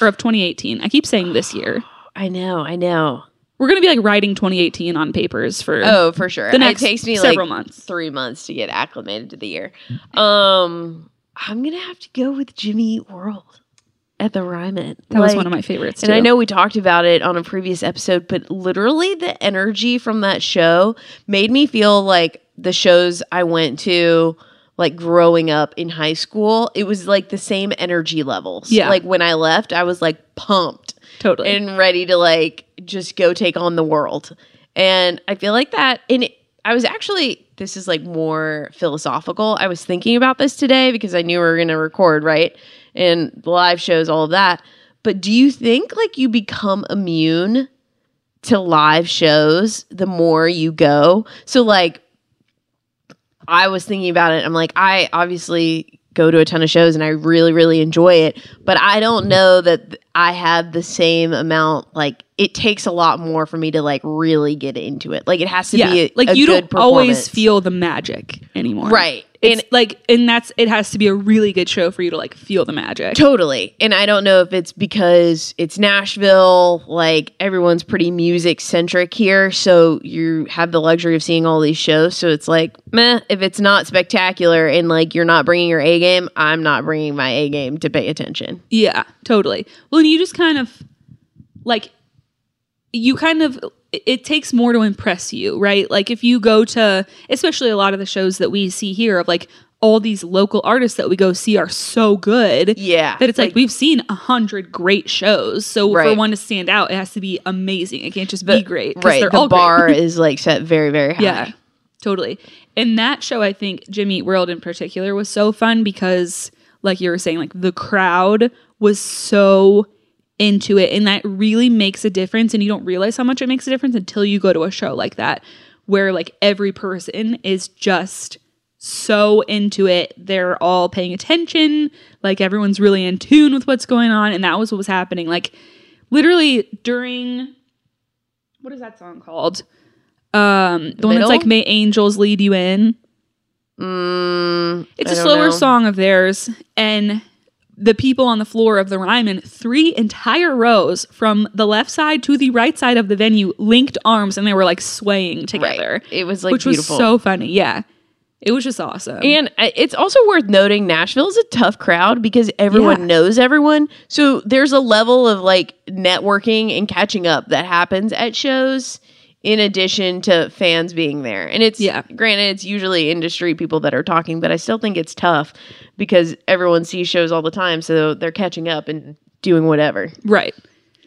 or of 2018? I keep saying this year.
I know. I know.
We're gonna be like writing 2018 on papers for
Oh, for sure.
the next
it takes me like
several months.
three months to get acclimated to the year. Um, I'm gonna have to go with Jimmy Eat World at the Ryman.
That was one of my favorites.
And I
too.
know we talked about it on a previous episode, but literally the energy from that show made me feel like the shows I went to like growing up in high school, it was like the same energy levels.
Yeah.
Like when I left, I was like pumped
totally.
and ready to like just go take on the world. And I feel like that. And it, I was actually, this is like more philosophical. I was thinking about this today because I knew we were going to record, right? And live shows, all of that. But do you think like you become immune to live shows the more you go? So, like, I was thinking about it. I'm like, I obviously go to a ton of shows and I really, really enjoy it, but I don't know that th- I have the same amount. Like, it takes a lot more for me to like really get into it. Like, it has to
yeah,
be a,
like
a
you
good
don't always
performance.
feel the magic anymore,
right.
It's
And
like, and that's it has to be a really good show for you to like feel the magic.
Totally. And I don't know if it's because it's Nashville, like everyone's pretty music centric here. So you have the luxury of seeing all these shows. So it's like, meh, if it's not spectacular and like you're not bringing your A game, I'm not bringing my A game to pay attention.
Yeah, totally. Well, and you just kind of like you kind of it- it takes more to impress you, right? Like if you go to especially a lot of the shows that we see here of like all these local artists that we go see are so good
Yeah.
that it's like, we've seen a hundred great shows. So for
Right.
one to stand out, it has to be amazing. It can't just be great. 'cause
right.
they're
The
all great.
bar is like set very, very high.
Yeah, totally. And that show, I think Jimmy Eat World in particular was so fun because, like you were saying, like the crowd was so into it, and that really makes a difference. And you don't realize how much it makes a difference until you go to a show like that, where like every person is just so into it. They're all paying attention. Like everyone's really in tune with what's going on, and that was what was happening. Like literally during what is that song called? Um, the one
Middle?
that's like "May Angels Lead You In."
Mm,
It's
I
a
don't
slower
know.
song of theirs, and the people on the floor of the Ryman, three entire rows from the left side to the right side of the venue, linked arms, and they were like swaying
Right.
together,
It was like
which
beautiful.
was so funny. Yeah, it was just awesome.
And I- it's also worth noting Nashville's a tough crowd because everyone
Yeah.
knows everyone. So there's a level of like networking and catching up that happens at shows in addition to fans being there. And it's
Yeah.
granted it's usually industry people that are talking, but I still think it's tough because everyone sees shows all the time, so they're catching up and doing whatever.
right,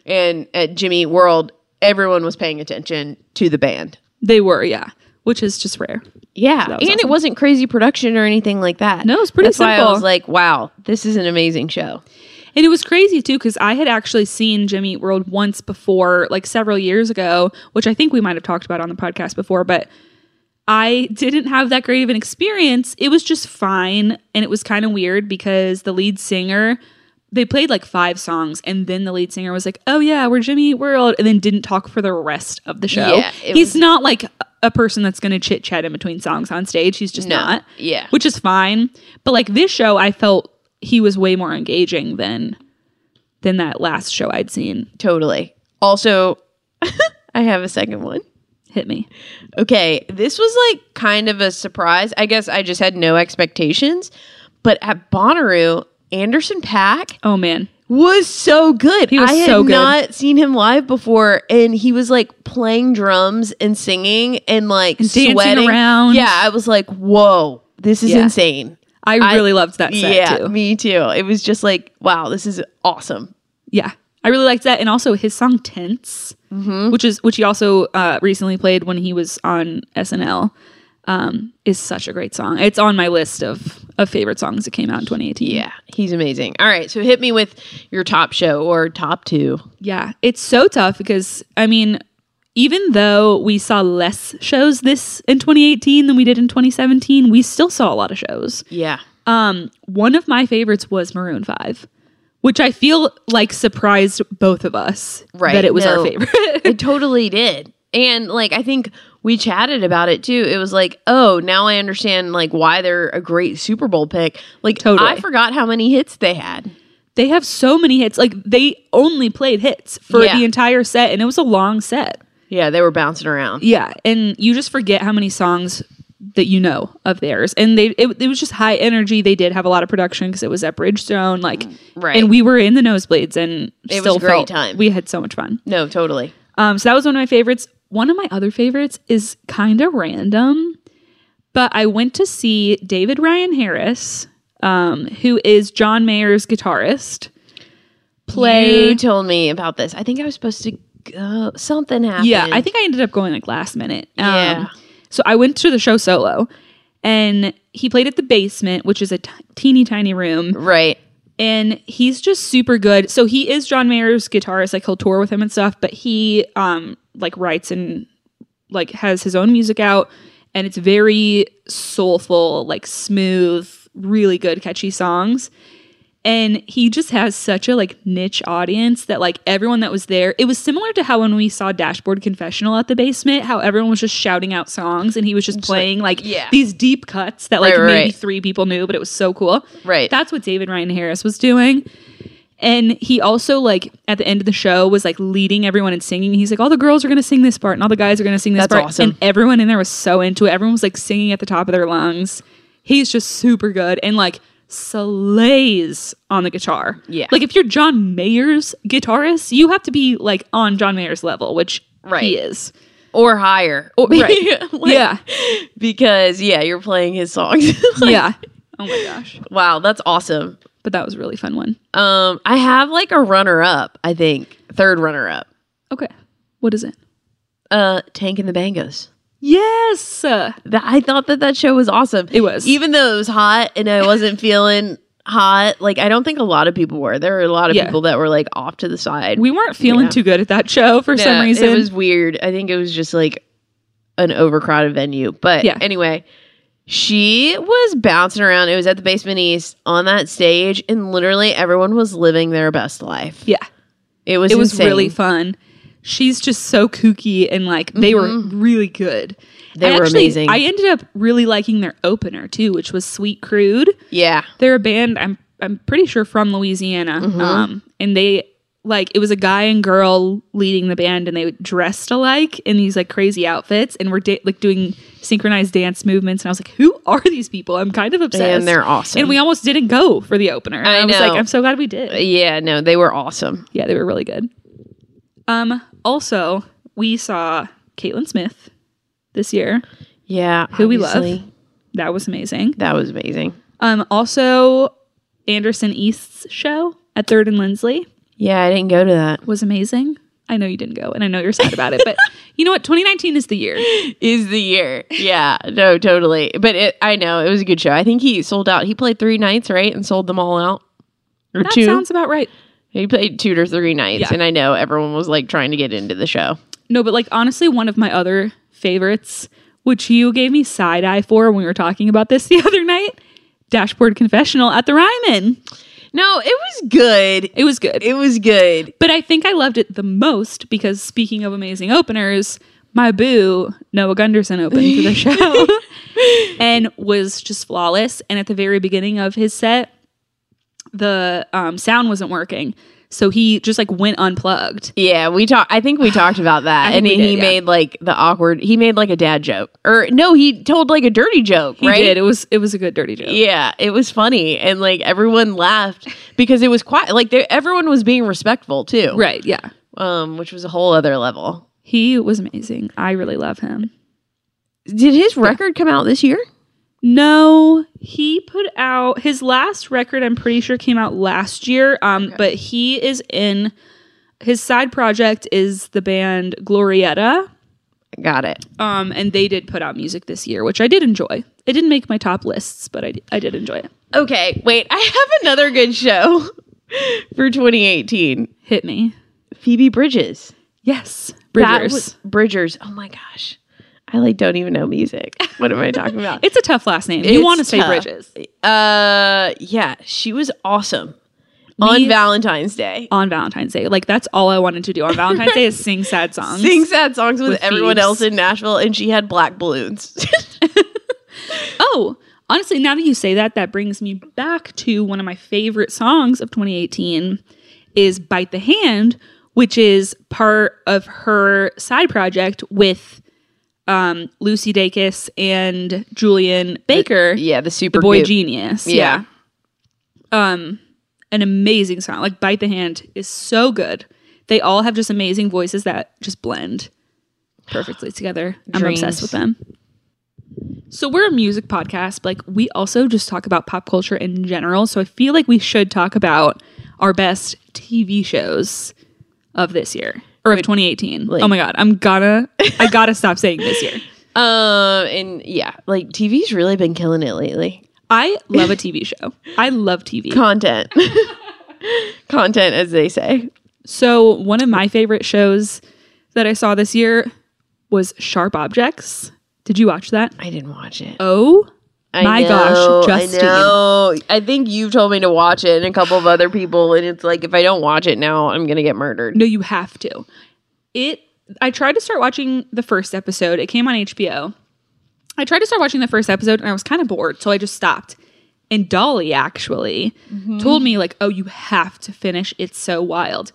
And at Jimmy Eat World, everyone was paying attention to the band.
they were. Yeah, which is just rare.
Yeah, and
that was
it
awesome.
wasn't crazy production or anything like that.
No, it's pretty
That's why I
simple.
was like, wow, this is an amazing show.
And it was crazy too because I had actually seen Jimmy Eat World once before, like several years ago, which I think we might have talked about on the podcast before, but I didn't have that great of an experience. It was just fine. And it was kind of weird because the lead singer, they played like five songs, and then the lead singer was like, Oh, yeah, we're Jimmy Eat World, and then didn't talk for the rest of the show.
Yeah, it
He's not like a person that's going to chit chat in between songs on stage. He's just
No,
not
yeah,
which is fine. But like this show, I felt he was way more engaging than than that last show I'd seen.
totally. Also, I I have a second one.
Hit me.
Okay, this was like kind of a surprise. I guess I just had no expectations. But at Bonnaroo, Anderson Pack
Oh man.
was so good.
He was
I had
so good.
not seen him live before, and he was like playing drums and singing and like
And dancing
sweating
around.
Yeah, I was like, whoa, this is
Yeah.
insane.
I,
I-
really loved that set
yeah,
too.
me too. It was just like, wow, this is awesome.
Yeah. I really liked that. And also his song Tense,
Mm-hmm.
which is which he also uh, recently played when he was on SNL, um, is such a great song. It's on my list of, of favorite songs that came out in 2018.
Yeah, he's amazing. All right, so hit me with your top show or top two.
Yeah. It's so tough because I mean, even though we saw less shows this in 2018 than we did in 2017, we still saw a lot of shows.
Yeah.
Um, one of my favorites was Maroon Five, which I feel like surprised both of us
Right,
that it was
no.
our favorite.
it totally did. And like I think we chatted about it too. It was like, oh, now I understand like why they're a great Super Bowl pick. Like
Totally.
I forgot how many hits they had.
they have so many hits. Like they only played hits for
Yeah.
the entire set, and it was a long set.
Yeah, they were bouncing around.
Yeah, and you just forget how many songs that you know of theirs. And they it, it was just high energy. They did have a lot of production because it was at Bridgestone. Like,
Right.
And we were in the nosebleeds, and
It was
still
a great
felt-
time.
We had so much fun.
No, totally.
Um, so that was one of my favorites. One of my other favorites is kind of random, but I went to see David Ryan Harris, um, who is John Mayer's guitarist, play.
You told me about this. I think I was supposed to go something happened.
yeah, I think I ended up going like last minute. Um,
Yeah.
So I went to the show solo, and he played at the basement, which is a t- teeny tiny room.
Right.
and he's just super good. So he is John Mayer's guitarist, like he'll tour with him and stuff, but he um like writes and like has his own music out and it's very soulful, like smooth, really good catchy songs. And he just has such a like niche audience that like everyone that was there, it was similar to how when we saw Dashboard Confessional at the basement, how everyone was just shouting out songs and he was just playing like
yeah.
these deep cuts that like
Right, right,
maybe
right.
three people knew, but it was so cool.
Right.
That's what David Ryan Harris was doing. And he also like at the end of the show was like leading everyone in singing. He's like, all the girls are gonna sing this part, and all the guys are gonna sing this
That's
part.
awesome.
And everyone in there was so into it. Everyone was like singing at the top of their lungs. He's just super good and like slays on the guitar.
Yeah.
Like if you're John Mayer's guitarist, you have to be like on John Mayer's level, which
Right.
he is.
or higher.
right.
Like,
yeah.
Because yeah, you're playing his songs. Like,
Yeah. Oh my gosh.
Wow, that's awesome.
But that was a really fun one.
Um, I have like a runner up, I think. Third runner up.
Okay. What is it?
Uh Tank and the Bangos.
Yes. Uh,
That I thought that that show was awesome.
It was.
even though it was hot and I wasn't feeling hot. Like I don't think a lot of people were. There were a lot of
Yeah.
people that were like off to the side.
we weren't feeling
Yeah.
too good at that show for
Yeah,
some reason.
it was weird. I think it was just like an overcrowded venue. But
Yeah.
anyway, she was bouncing around. It was at the Basement East on that stage, and literally everyone was living their best life.
yeah,
It was
it was
insane.
really fun. She's just so kooky and like they were really good.
Mm-hmm. They
And
were
actually,
amazing.
I ended up really liking their opener too, which was Sweet Crude.
Yeah.
They're a band I'm I'm pretty sure from Louisiana,
Mm-hmm.
um, and they like it was a guy and girl leading the band, and they dressed alike in these like crazy outfits, and were da- like doing synchronized dance movements. And I was like, who are these people? I'm kind of obsessed.
And they're awesome.
and we almost didn't go for the opener. And
I
I, was
know. Uh,
like, I'm so glad we did.
yeah, no, they were awesome.
Yeah, they were really good. Um, also, we saw Caitlin Smith this year.
Yeah.
Who we love.
obviously.
That was amazing.
That was amazing.
Um, also Anderson East's show at Third and Lindsley
Yeah, I didn't go to that.
was amazing. I know you didn't go, and I know you're sad about it, but you know what? 2019 is the year.
is the year. Yeah, no, totally. But it, I know it was a good show. I think he sold out. He played three nights, right, and sold them all out. Or
That
two.
sounds about right.
he played two or three nights,
Yeah.
and I know everyone was like trying to get into the show.
No, but like honestly, one of my other favorites, which you gave me side eye for when we were talking about this the other night, Dashboard Confessional at the Ryman.
No, it was good.
It was good.
It was good.
But I think I loved it the most because speaking of amazing openers, my boo, Noah Gunderson, opened for the show and was just flawless. And at the very beginning of his set, the um, sound wasn't working. So he just like went unplugged.
Yeah, we talked. I think we talked about that,
I
and he,
think we did,
he
yeah.
made like the awkward. He made like a dad joke, or no, he told like a dirty joke,
He
right?
did. It was it was a good dirty joke.
Yeah, it was funny, and like everyone laughed because it was quiet. Like they, everyone was being respectful too,
Right, yeah.
um, which was a whole other level.
He was amazing. I really love him.
Did his record come out this year?
No, he put out his last record. I'm pretty sure came out last year. Um,
Okay.
but he is in his side project is the band Glorietta.
Got it.
Um, and they did put out music this year, which I did enjoy. It didn't make my top lists, but I, I did enjoy it.
Okay, wait. I have another good show for 2018.
Hit me.
Phoebe Bridges.
Yes,
That
Bridgers.
was- Bridgers. Oh my gosh, I like don't even know music. What am I talking about?
it's a tough last name.
It's
You want to say
tough.
Bridges
Uh, yeah, she was awesome
Me-
on Valentine's Day.
on Valentine's Day. Like that's all I wanted to do on Valentine's Day is sing sad songs.
Sing sad songs with,
With
everyone
Phoebes.
else in Nashville, and she had black balloons.
Oh, honestly, now that you say that, that brings me back to one of my favorite songs of 2018 is Bite the Hand, which is part of her side project with um, Lucy Dacus and Julian Baker,
yeah, the super
the boy
goop.
genius.
Yeah.
Um, an amazing song. Like Bite the Hand is so good. They all have just amazing voices that just blend perfectly together. I'm
Dreams.
obsessed with them. So we're a music podcast, but like we also just talk about pop culture in general. So I feel like we should talk about our best TV shows of this year or of 2018.
like-
oh my god, I'm gonna I gotta stop saying this year.
Um, and yeah, like TV's really been killing it lately.
I love a TV show. I love TV.
Content, content, as they say.
So, one of my favorite shows that I saw this year was Sharp Objects. Did you watch that?
I didn't watch it.
Oh,
I
my gosh, Justine.
I know. I think you've told me to watch it, and a couple of other people, and it's like if I don't watch it now, I'm gonna get murdered.
no, you have to. It I tried to start watching the first episode. It came on HBO. I tried to start watching the first episode and I was kind of bored, so I just stopped. And Dolly actually told me like, "Oh, you have to finish. It's so wild."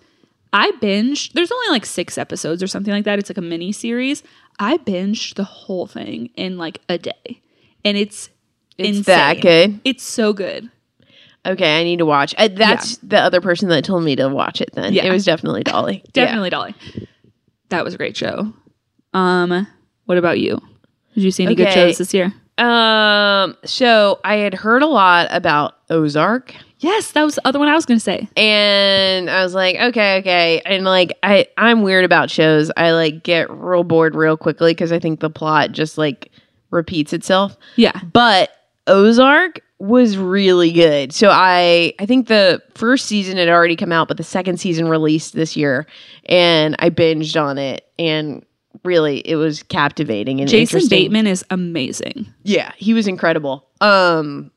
I binged. There's only like 6 episodes or something like that. It's like a mini series. I binged the whole thing in like a day. And it's
It's
insane.
that good.
It's so good.
Okay, I need to watch. Uh, that's the other person that told me to watch it. Then
Yeah.
it was definitely Dolly.
Definitely Dolly. That was a great show. Um, what about you? Did you see any good
Okay.
shows this year?
Yeah. Um. So I had heard a lot about Ozark,
Yes, that was the other one I was gonna say.
and I was like, okay, okay. And like, I I'm weird about shows. I like get real bored real quickly because I think the plot just like repeats itself.
Yeah.
But Ozark was really good. So I I think the first season had already come out, but the second season released this year, and I binged on it, and really it was captivating and
Jason
interesting.
Bateman is amazing.
Yeah, he was incredible. Um,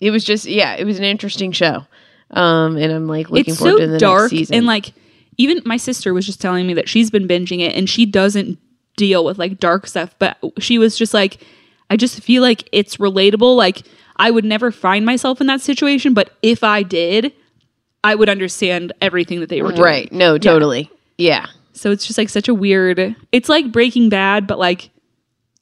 it was just yeah, it was an interesting show. Um, and I'm like looking
it's
forward
so
to the
dark
next season.
and like even my sister was just telling me that she's been binging it and she doesn't deal with like dark stuff, but she was just like, I just feel like it's relatable. Like I would never find myself in that situation, but if I did, I would understand everything that they were doing.
right? No, totally. Yeah.
So it's just like such a weird. It's like Breaking Bad, but like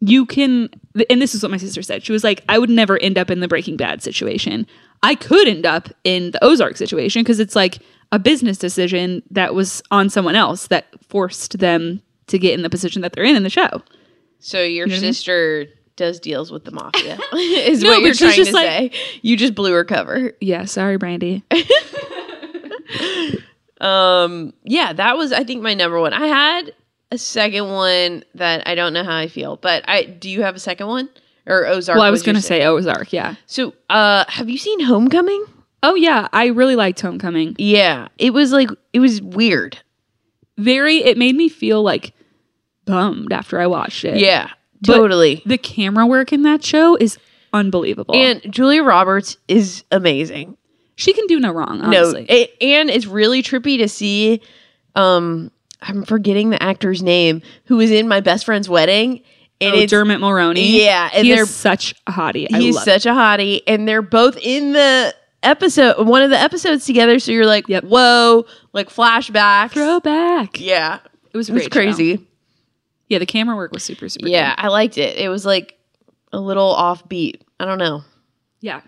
you can. And this is what my sister said. She was like, I would never end up in the Breaking Bad situation. I could end up in the Ozark situation because it's like a business decision that was on someone else that forced them to get in the position that they're in in the show.
So your
what I mean?
sister does deals with the mafia, is
No,
what you're
but she's
trying
just
to
like-
say. You just blew her cover.
Yeah, sorry, Brandy.
Um, yeah, that was I think my number one. I had a second one that I don't know how I feel, but I do you have a second one or Ozark?
well, I was
your
gonna say Ozark. Yeah.
second? so. Uh, have you seen Homecoming?
Oh yeah, I really liked Homecoming.
Yeah, it was like it was weird.
Very. It made me feel like bummed after I watched it.
Yeah,
But-
totally.
The camera work in that show is unbelievable.
And Julia Roberts is amazing.
She can do no wrong, honestly.
No, it, and it's really trippy to see. Um, I'm forgetting the actor's name who was in my best friend's wedding, and
oh,
it's
Dermot Mulroney.
yeah, and
he
they're-
is such a hottie. I
he's
love
such a hottie, and they're both in the episode, one of the episodes together. So you're like,
Yep.
whoa, like flashbacks.
Throwback.
Yeah,
It was,
it was
a great show.
crazy.
Yeah, the camera work was super super.
Yeah,
good.
I liked it. It was like a little offbeat. I don't know.
yeah.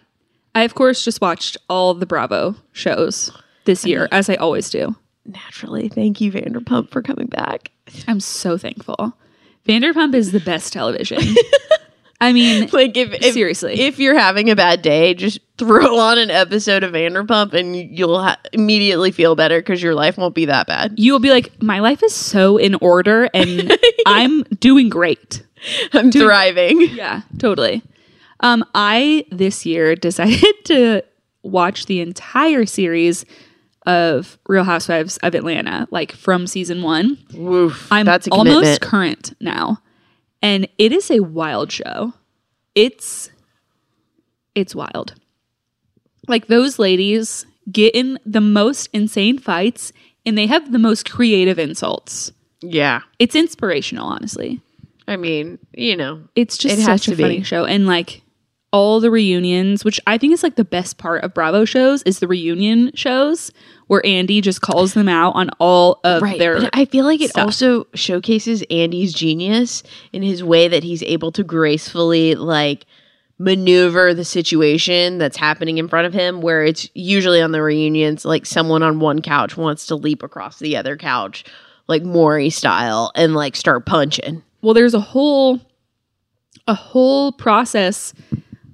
I of course just watched all the Bravo shows this year, as I always do.
Naturally, thank you Vanderpump for coming back.
I'm so thankful. Vanderpump is the best television. I mean,
Like if, if
seriously.
if you're having a bad day, just throw on an episode of Vanderpump and you'll ha- immediately feel better because your life won't be that bad.
you will be like, my life is so in order and I'm doing great.
I'm thriving.
Yeah, totally. Um, I this year decided to watch the entire series of Real Housewives of Atlanta, like from season one.
Woof.
I'm
that's a
almost
commitment.
current now, and it is a wild show. It's it's wild. Like those ladies get in the most insane fights, and they have the most creative insults.
yeah.
It's inspirational, honestly.
I mean, you know,
It's just
It has
such a
to
funny
be.
show, and like all the reunions, which I think is like the best part of Bravo shows, is the reunion shows where Andy just calls them out on all of their.
but I feel like it
stuff.
also showcases Andy's genius in his way that he's able to gracefully like maneuver the situation that's happening in front of him where it's usually on the reunions like someone on one couch wants to leap across the other couch like Maury style and like start punching.
well there's a whole a whole process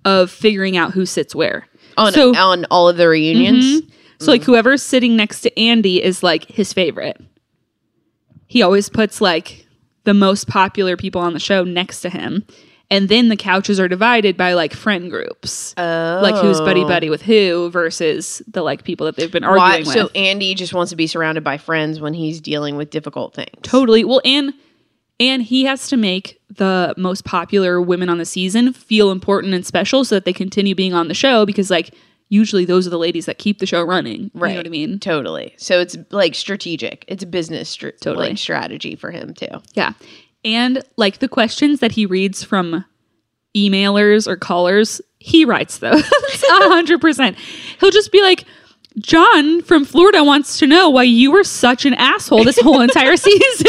of figuring out who sits where
On
So- Mm-hmm.
on all of the reunions.
so
Mm-hmm.
like whoever's sitting next to andy is like his favorite he always puts like the most popular people on the show next to him and then the couches are divided by like friend groups
Oh.
like who's buddy buddy with who versus the like people that they've been
Why,
arguing with
so Andy just wants to be surrounded by friends when he's dealing with difficult things.
totally well and and he has to make the most popular women on the season feel important and special so that they continue being on the show because like usually those are the ladies that keep the show running right you know what i mean
Totally. So it's like strategic. It's a business str-
Totally.
like strategy for him too.
yeah and like the questions that he reads from emailers or callers he writes those 100% he'll just be like john from florida wants to know why you were such an asshole this whole entire season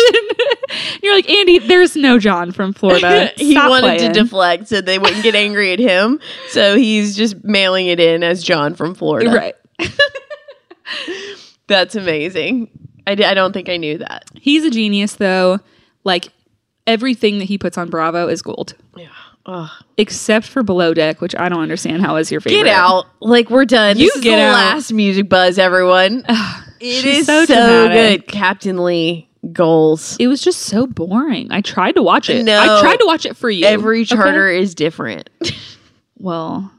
you're like andy there's no john from florida
he
Stop
wanted
playing."
to deflect so they wouldn't get angry at him. So he's just mailing it in as John from Florida.
right
That's amazing. I, d- I don't think I knew that.
He's a genius, though. Like everything that he puts on Bravo is gold,
Yeah. Ugh.
except for Below Deck, which I don't understand how is your favorite.
Get out. Like we're done.
You
this is
get
the
out.
last music buzz, everyone. it
she's
is
so
so,
dramatic.
good. Captain Lee goals.
It was just so boring. I tried to watch it.
No.
I tried to watch it for you.
Every
okay?
charter is different.
Well,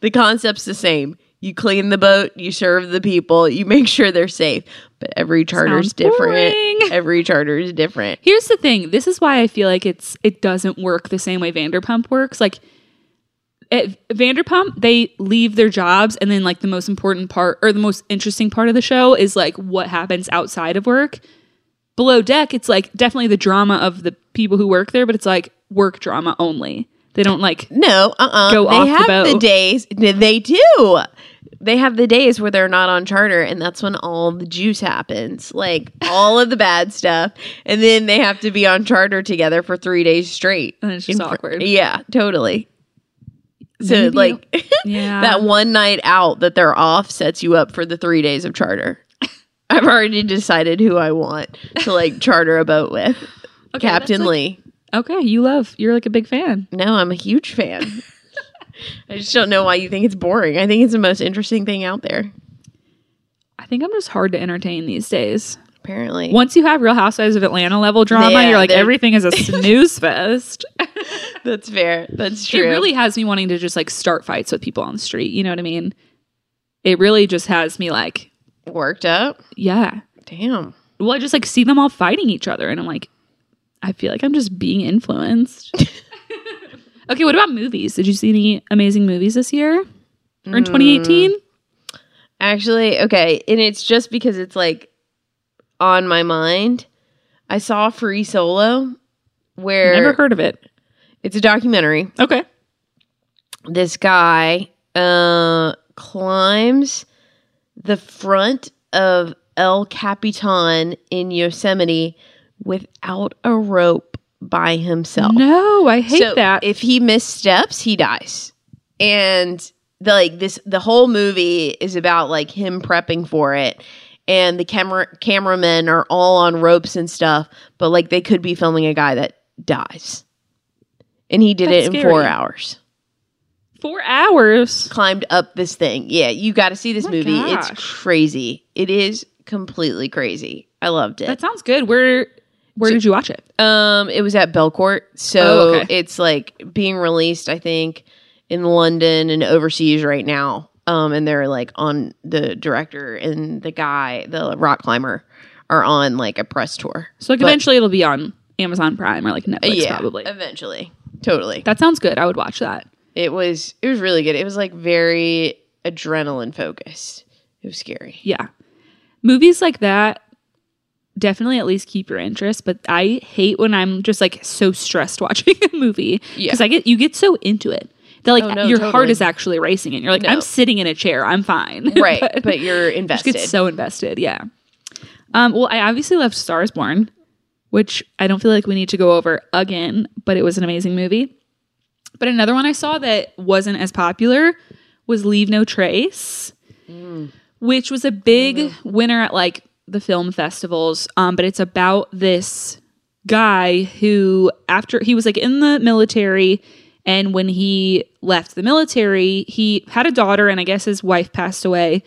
The concept's the same. You clean the boat, you serve the people, you make sure they're safe. But every charter's
Sounds
different.
boring.
Every charter is different.
here's the thing. This is why I feel like it's it doesn't work the same way Vanderpump works. Like at Vanderpump, they leave their jobs, and then like the most important part or the most interesting part of the show is like what happens outside of work. Below Deck, it's like definitely the drama of the people who work there, but it's like work drama only. They don't like
No, uh uh
Go
They
off the
have
boat.
days. They do. They have the days where they're not on charter, and that's when all the juice happens, like all of the bad stuff. And then they have to be on charter together for three days straight.
And it's just
In fr-
awkward.
Yeah, totally. So,
Maybe-
like,
yeah.
that one night out that they're off sets you up for the three days of charter. I've already decided who I want to like charter a boat with.
Okay,
Captain
that's, like-
Lee.
okay, you love. You're like a big fan.
No, I'm a huge fan. I just don't know why you think it's boring. I think it's the most interesting thing out there,
I think I'm just hard to entertain these days.
apparently.
Once you have Real Housewives of Atlanta level drama,
Yeah,
you're like
they're-
everything is a snooze fest.
That's fair. That's true.
It really has me wanting to just like start fights with people on the street. You know what I mean? It really just has me like,
worked up.
yeah.
Damn.
Well, I just like see them all fighting each other, and I'm like, I feel like I'm just being influenced. okay, what about movies? Did you see any amazing movies this year or
Mm,
in 2018?
Actually, okay, and it's just because it's like on my mind. I saw Free Solo where
Never heard of it.
it's a documentary.
Okay,
this guy uh climbs the front of El Capitan in Yosemite without a rope by himself.
No, I hate
so
that.
If he missteps, he dies. And the, like this, the whole movie is about like him prepping for it. And the camera cameramen are all on ropes and stuff, but like they could be filming a guy that dies. And he did
That's
it in four
scary.
hours.
Four hours.
Climbed up this thing. Yeah, you got to see this
My
movie.
gosh.
It's crazy. It is completely crazy. I loved it.
That sounds good. Where where
So-
did you watch it?
Um, it was at Belcourt, so
Oh, okay.
it's like being released, I think, in London and overseas right now. Um, and they're like on the director and the guy, the rock climber, are on like a press tour.
So like
But-
eventually it'll be on Amazon Prime or like Netflix
yeah,
probably.
eventually, totally.
That sounds good. I would watch that.
It was it was really good. It was like very adrenaline focused. It was scary.
Yeah. Movies like that definitely at least keep your interest, but I hate when I'm just like so stressed watching a movie
Yeah.
cuz I get you get so into it. That like
Oh, no,
your heart
totally.
is actually racing and you're like
No.
I'm sitting in a chair. I'm fine.
Right,
But-
but, you're
just
invested.
get so invested. Yeah. Um, well, I obviously loved Stars Born, which I don't feel like we need to go over again, but it was an amazing movie. But another one I saw that wasn't as popular was Leave No Trace, which was a big winner at like the film festivals. Um, but it's about this guy who, after he was like in the military, and when he left the military, he had a daughter, and I guess his wife passed away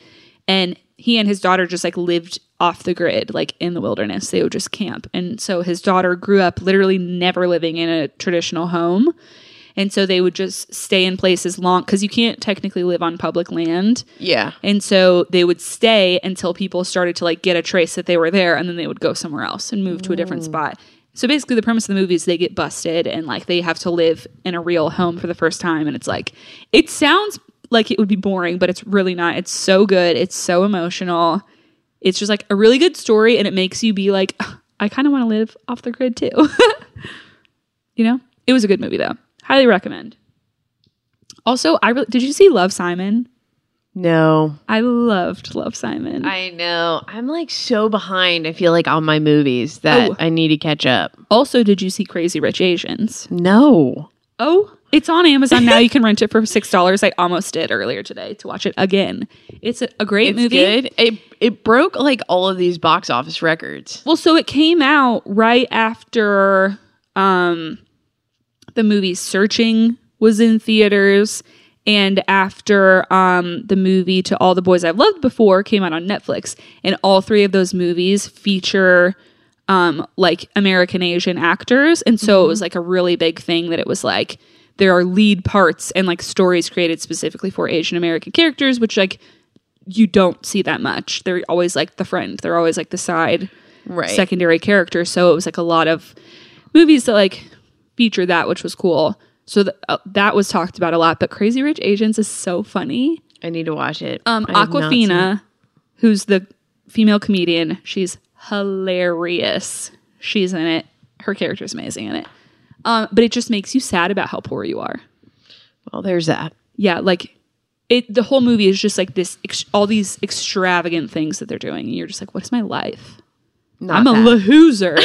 and he and his daughter just like lived off the grid like in the wilderness they would just camp and so his daughter grew up literally never living in a traditional home and so they would just stay in places long because you can't technically live on public land
yeah,
and so they would stay until people started to like get a trace that they were there and then they would go somewhere else and move to a different spot. So basically the premise of the movie is they get busted and like they have to live in a real home for the first time and it's like it sounds like it would be boring but it's really not. It's so good. It's so emotional. It's just like a really good story and it makes you be like "Ugh, I kind of want to live off the grid too. you know? It was a good movie though. Highly recommend. Also, I really did you see Love Simon?
no,
I loved Love Simon.
I know. I'm like so behind. I feel like on my movies that
Oh.
I need to catch up.
also, did you see Crazy Rich Asians?
No.
Oh, it's on Amazon now. You can rent it for six dollars. I almost did earlier today to watch it again. It's a, a great
It's
movie.
good. It it broke like all of these box office records.
Well, so it came out right after um, the movie Searching was in theaters, and after um, the movie To All the Boys I've Loved Before came out on Netflix. And all three of those movies feature um, like American Asian actors. And so it was like a really big thing that it was like there are lead parts and like stories created specifically for Asian American characters, which like you don't see that much. They're always like the friend, they're always like the side
Right.
secondary character. So it was like a lot of movies that like feature that, which was cool. So th- uh, that was talked about a lot. But Crazy Rich Asians is so funny.
I need to watch it.
Um,
I have not seen it.
Aquafina, who's the female comedian, she's hilarious. She's in it. Her character's amazing in it. Um, but it just makes you sad about how poor you are
Well, there's that.
yeah, like it. The whole movie is just like this, ex- all these extravagant things that they're doing, and you're just like, "What is my life?
Not
I'm a
that.
loser."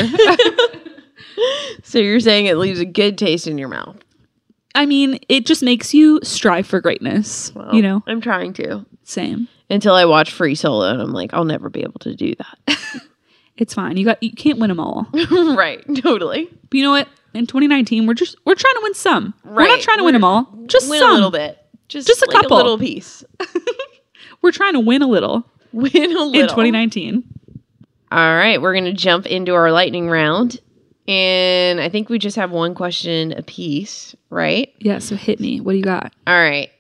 so you're saying it leaves a good taste in your mouth.
I mean, it just makes you strive for greatness.
Well,
you know,
I'm trying to
same.
until I watch Free Solo and I'm like, I'll never be able to do that.
It's fine. You got. You can't win them all. But
right. Totally.
you know what? In 2019, we're just we're trying to win some. We're not
Right.
trying to win them all. Just
Win
some.
a little bit. Just
Just a
like
couple.
little piece.
We're trying to win a little
Win a little.
in 2019.
All right, we're gonna jump into our lightning round, and I think we just have one question apiece, right?
Yeah. So hit me. What do you got?
All right,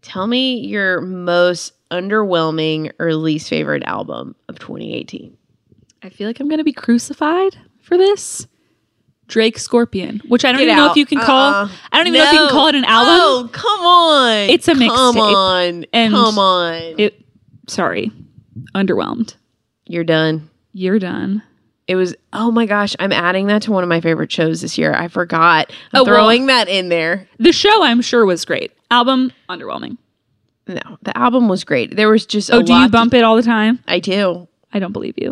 tell me your most underwhelming or least favorite album of 2018.
I feel like I'm gonna be crucified for this. Drake Scorpion, which I don't
Get
even know
out.
if you can call.
Uh-uh.
I don't even know if you can
No.
call it an album.
Oh, come on!
It's a
Come
mixtape.
on,
And-
come on!
It. Sorry, underwhelmed.
You're done.
You're done.
It was. Oh my gosh, I'm adding that to one of my favorite shows this year. I forgot. I'm
Oh, well-
throwing that in there.
The show, I'm sure, was great. Album underwhelming.
No, the album was great. There was just a
Oh, do you
lot to-
bump it all the time?
I do.
I don't believe you.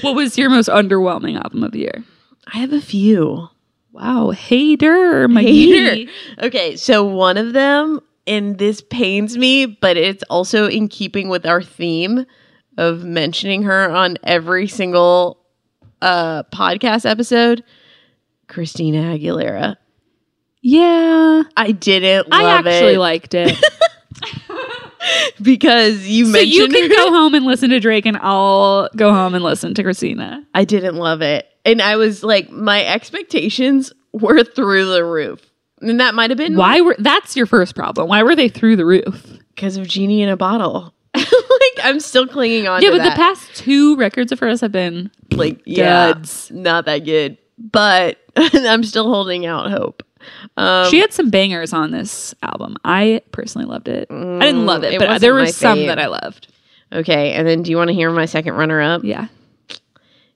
what was your most underwhelming album of the year?
I have a few.
Wow, hater, my
Hater. Okay, so one of them, and this pains me, but it's also in keeping with our theme of mentioning her on every single uh, podcast episode. Christina Aguilera.
Yeah,
I didn't love
I actually
it
liked it.
because you
so
mentioned
you can
her.
go home and listen to Drake, and I'll go home and listen to Christina.
I didn't love it. And I was like, my expectations were through the roof. And that might have been
Why were that's your first problem? Why were they through the roof?
because of Genie in a Bottle. like, I'm still clinging on
yeah,
to
but
that.
the past two records of hers have been
like, yeah,
duds.
not that good. But I'm still holding out hope. Um,
she had some bangers on this album. I personally loved it. I didn't love
Mm,
it,
it
but
wasn't
there
my
were some
fave.
that I loved.
okay, and then do you want to hear my second runner up?
Yeah.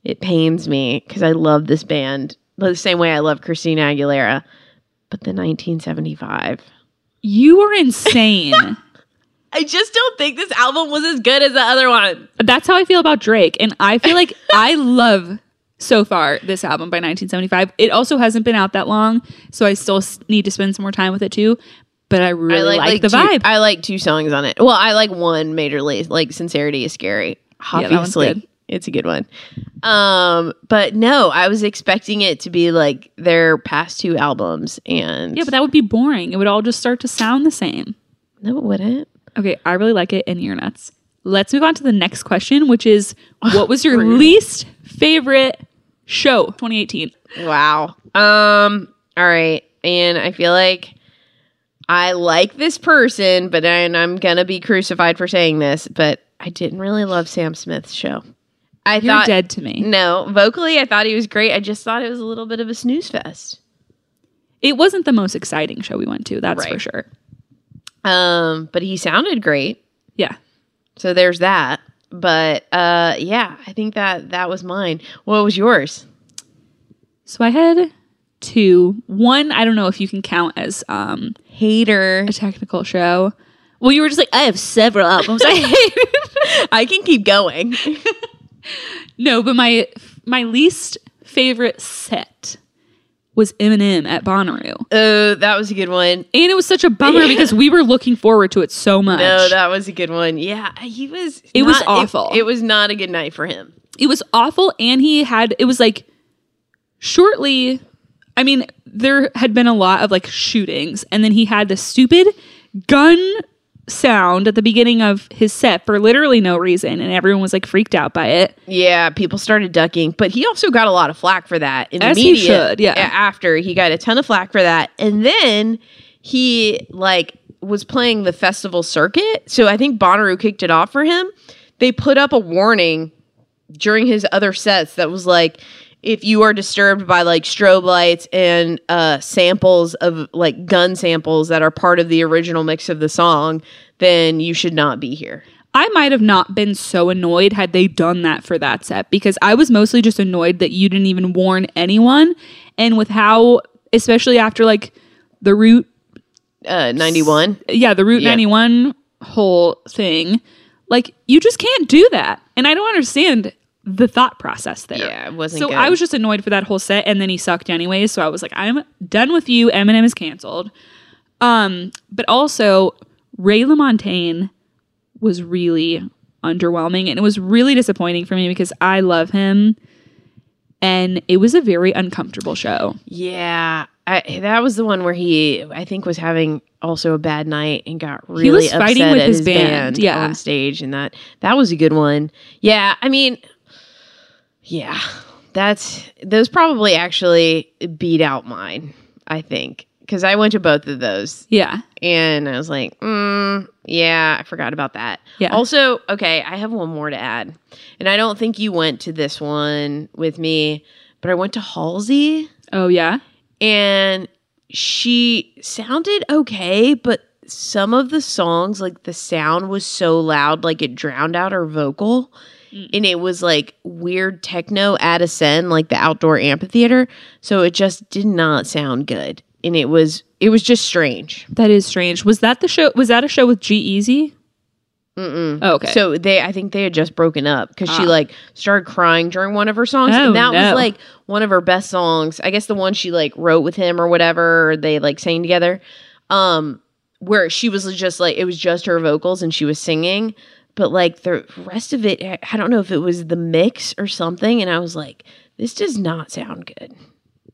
It pains me because I love this band the same way I love Christina Aguilera. But the 1975.
You are insane.
I just don't think this album was as good as the other one.
That's how I feel about Drake. And I feel like I love so far this album by 1975. It also hasn't been out that long, so I still s- need to spend some more time with it too. But I really like, the
two,
vibe.
I like two songs on it. Well, I like one majorly. Like sincerity is scary.
Yeah, that one's
Obviously,
good.
it's a good one. Um, but no, I was expecting it to be like their past two albums, and
yeah, but that would be boring. It would all just start to sound the same.
no, it wouldn't.
Okay, I really like it, and you're nuts. Let's move on to the next question, which is what was your
Rude.
least favorite show 2018?
Wow. Um. All right, and I feel like I like this person, but and I'm gonna be crucified for saying this, but I didn't really love Sam Smith's show. I
You're
thought
dead to me.
no vocally. I thought he was great. I just thought it was a little bit of a snooze fest.
It wasn't the most exciting show we went to, that's for
Right.
sure.
Um, but he sounded great.
Yeah.
So there's that. But uh yeah, I think that that was mine. What was yours?
So I had two. One, I don't know if you can count as um,
Hater.
a technical show. Well, you were just like, I have several albums. I hate.
I can keep going.
no, but my my least favorite set was Eminem at Bonnaroo,
oh, that was a good one.
and it was such a bummer because we were looking forward to it so much.
No, Oh, that was a good one. Yeah, he was
It was awful.
It, it was not a good night for him.
it was awful and he had it was like shortly i mean there had been a lot of like shootings and then he had the stupid gun sound at the beginning of his set for literally no reason and everyone was like freaked out by it
Yeah, people started ducking, but he also got a lot of flack for that in the
As he
media.
should, yeah.
a- After he got a ton of flack for that, and then he like was playing the festival circuit. So I think Bonnaroo kicked it off for him. They put up a warning during his other sets that was like, if you are disturbed by like strobe lights and uh, samples of like gun samples that are part of the original mix of the song, then you should not be here.
i might have not been so annoyed had they done that for that set because i was mostly just annoyed that you didn't even warn anyone and with how especially after like the root
Uh, 91.
yeah, the Route
Yeah.
91 whole thing. Like you just can't do that. And I don't understand the thought process there.
Yeah, it wasn't
So
good.
I was just annoyed for that whole set and then he sucked anyways, so I was like I'm done with you. Eminem is canceled. Um, but also Ray LaMontagne was really underwhelming and it was really disappointing for me because I love him and it was a very uncomfortable show.
Yeah, I, that was the one where he, I think, was having also a bad night and got really
was
upset
fighting with
at
his
his,
band,
band,
yeah.
on stage, and that that was a good one. Yeah, I mean, yeah, that's those probably actually beat out mine. I think because I went to both of those
Yeah.
and I was like, mm, yeah, I forgot about that.
Yeah.
Also, okay, I have one more to add, and I don't think you went to this one with me, but I went to Halsey
Oh yeah.
and she sounded okay, but some of the songs, like the sound was so loud, like it drowned out her vocal.
Mm.
And it was like weird techno at Ascend, like the outdoor amphitheater. So it just did not sound good. And it was it was just strange.
That is strange. Was that the show? Was that a show with G Easy?
Mm-mm.
Oh, okay.
So they, I think they had just broken up because she
Ah.
like started crying during one of her songs,
Oh,
and that
no.
was like one of her best songs. I guess the one she like wrote with him or whatever or they like sang together. Um, where she was just like it was just her vocals and she was singing, but like the rest of it, I- I don't know if it was the mix or something, and I was like, this does not sound good.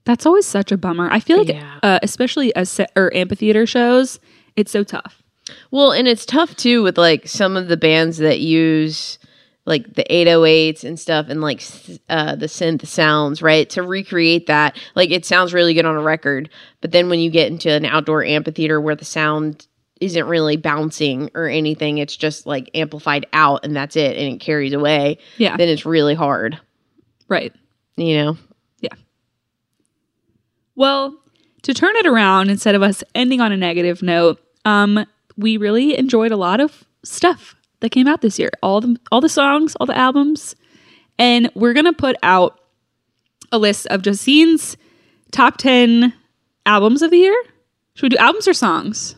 That's always such a bummer. I feel like,
Yeah.
uh, especially as se- or amphitheater shows, it's so tough.
Well, and it's tough too with like some of the bands that use like the 808s and stuff and like s- uh, the synth sounds, right? To recreate that, like it sounds really good on a record, but then when you get into an outdoor amphitheater where the sound isn't really bouncing or anything, it's just like amplified out and that's it and it carries away,
Yeah.
then it's really hard,
Right.
you know?
Well, to turn it around, instead of us ending on a negative note, um, we really enjoyed a lot of stuff that came out this year. All the all the songs, all the albums, and we're gonna put out a list of Jacine's top ten albums of the year. Should we do albums or songs?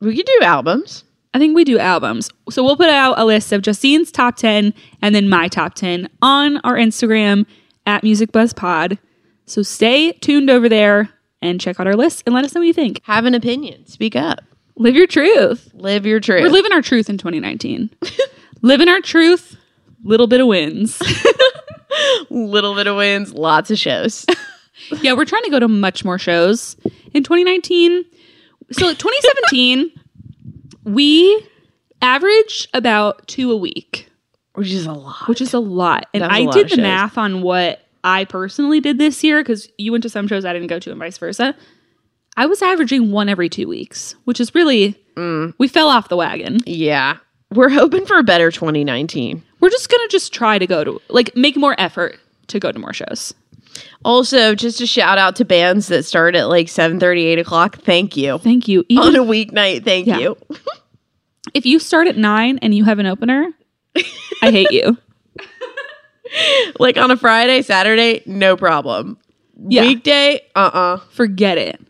We could do albums.
I think we do albums. So we'll put out a list of Justine's top 10 and then my top 10 on our Instagram at Music Buzz Pod. So stay tuned over there and check out our list and let us know what you think.
Have an opinion. Speak up.
Live your truth.
Live your truth.
We're living our truth in 2019. living our truth, little bit of wins.
Little bit of wins, lots of shows.
yeah, we're trying to go to much more shows in 2019. So 2017, we average about two a week.
Which is a lot.
which is a lot. And
That's a
I
lot
did
of
the
shows.
math on what I personally did this year because you went to some shows I didn't go to, and vice versa. I was averaging one every two weeks, which is really
Mm.
we fell off the wagon.
Yeah. We're hoping for a better 2019.
We're just gonna just try to go to like make more effort to go to more shows.
Also, just a shout out to bands that start at like 7 8 o'clock. Thank you.
Thank you.
On
Even
a weeknight, thank
Yeah.
you.
if you start at nine and you have an opener, I hate you.
Like on a Friday, Saturday, no problem.
Yeah.
Weekday, uh uh
Forget it.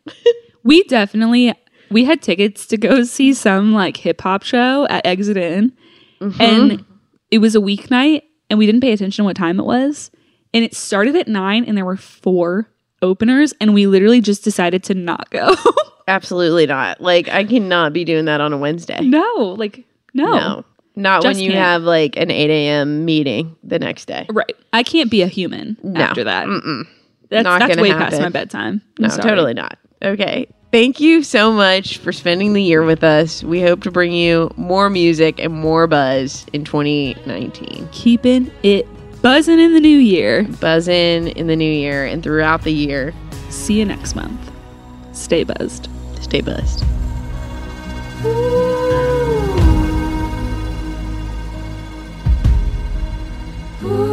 we definitely we had tickets to go see some like hip hop show at Exit Inn,
Mm-hmm.
and it was a weeknight, and we didn't pay attention to what time it was, and it started at nine, and there were four openers, and we literally just decided to not go.
Absolutely not. Like, I cannot be doing that on a Wednesday.
no, like no.
Not
Just
when you
can't.
have like an 8 a.m. meeting the next day.
right. I can't be a human after that.
Mm-mm.
That's,
Not
that's
gonna
way past
happen.
my bedtime. I'm
No,
sorry.
totally not. Okay. Thank you so much for spending the year with us. We hope to bring you more music and more buzz in 2019.
Keeping it buzzing in the new year.
Buzz in in the new year and throughout the year.
See you next month. Stay buzzed.
Stay buzzed.
Ooh. Ooh.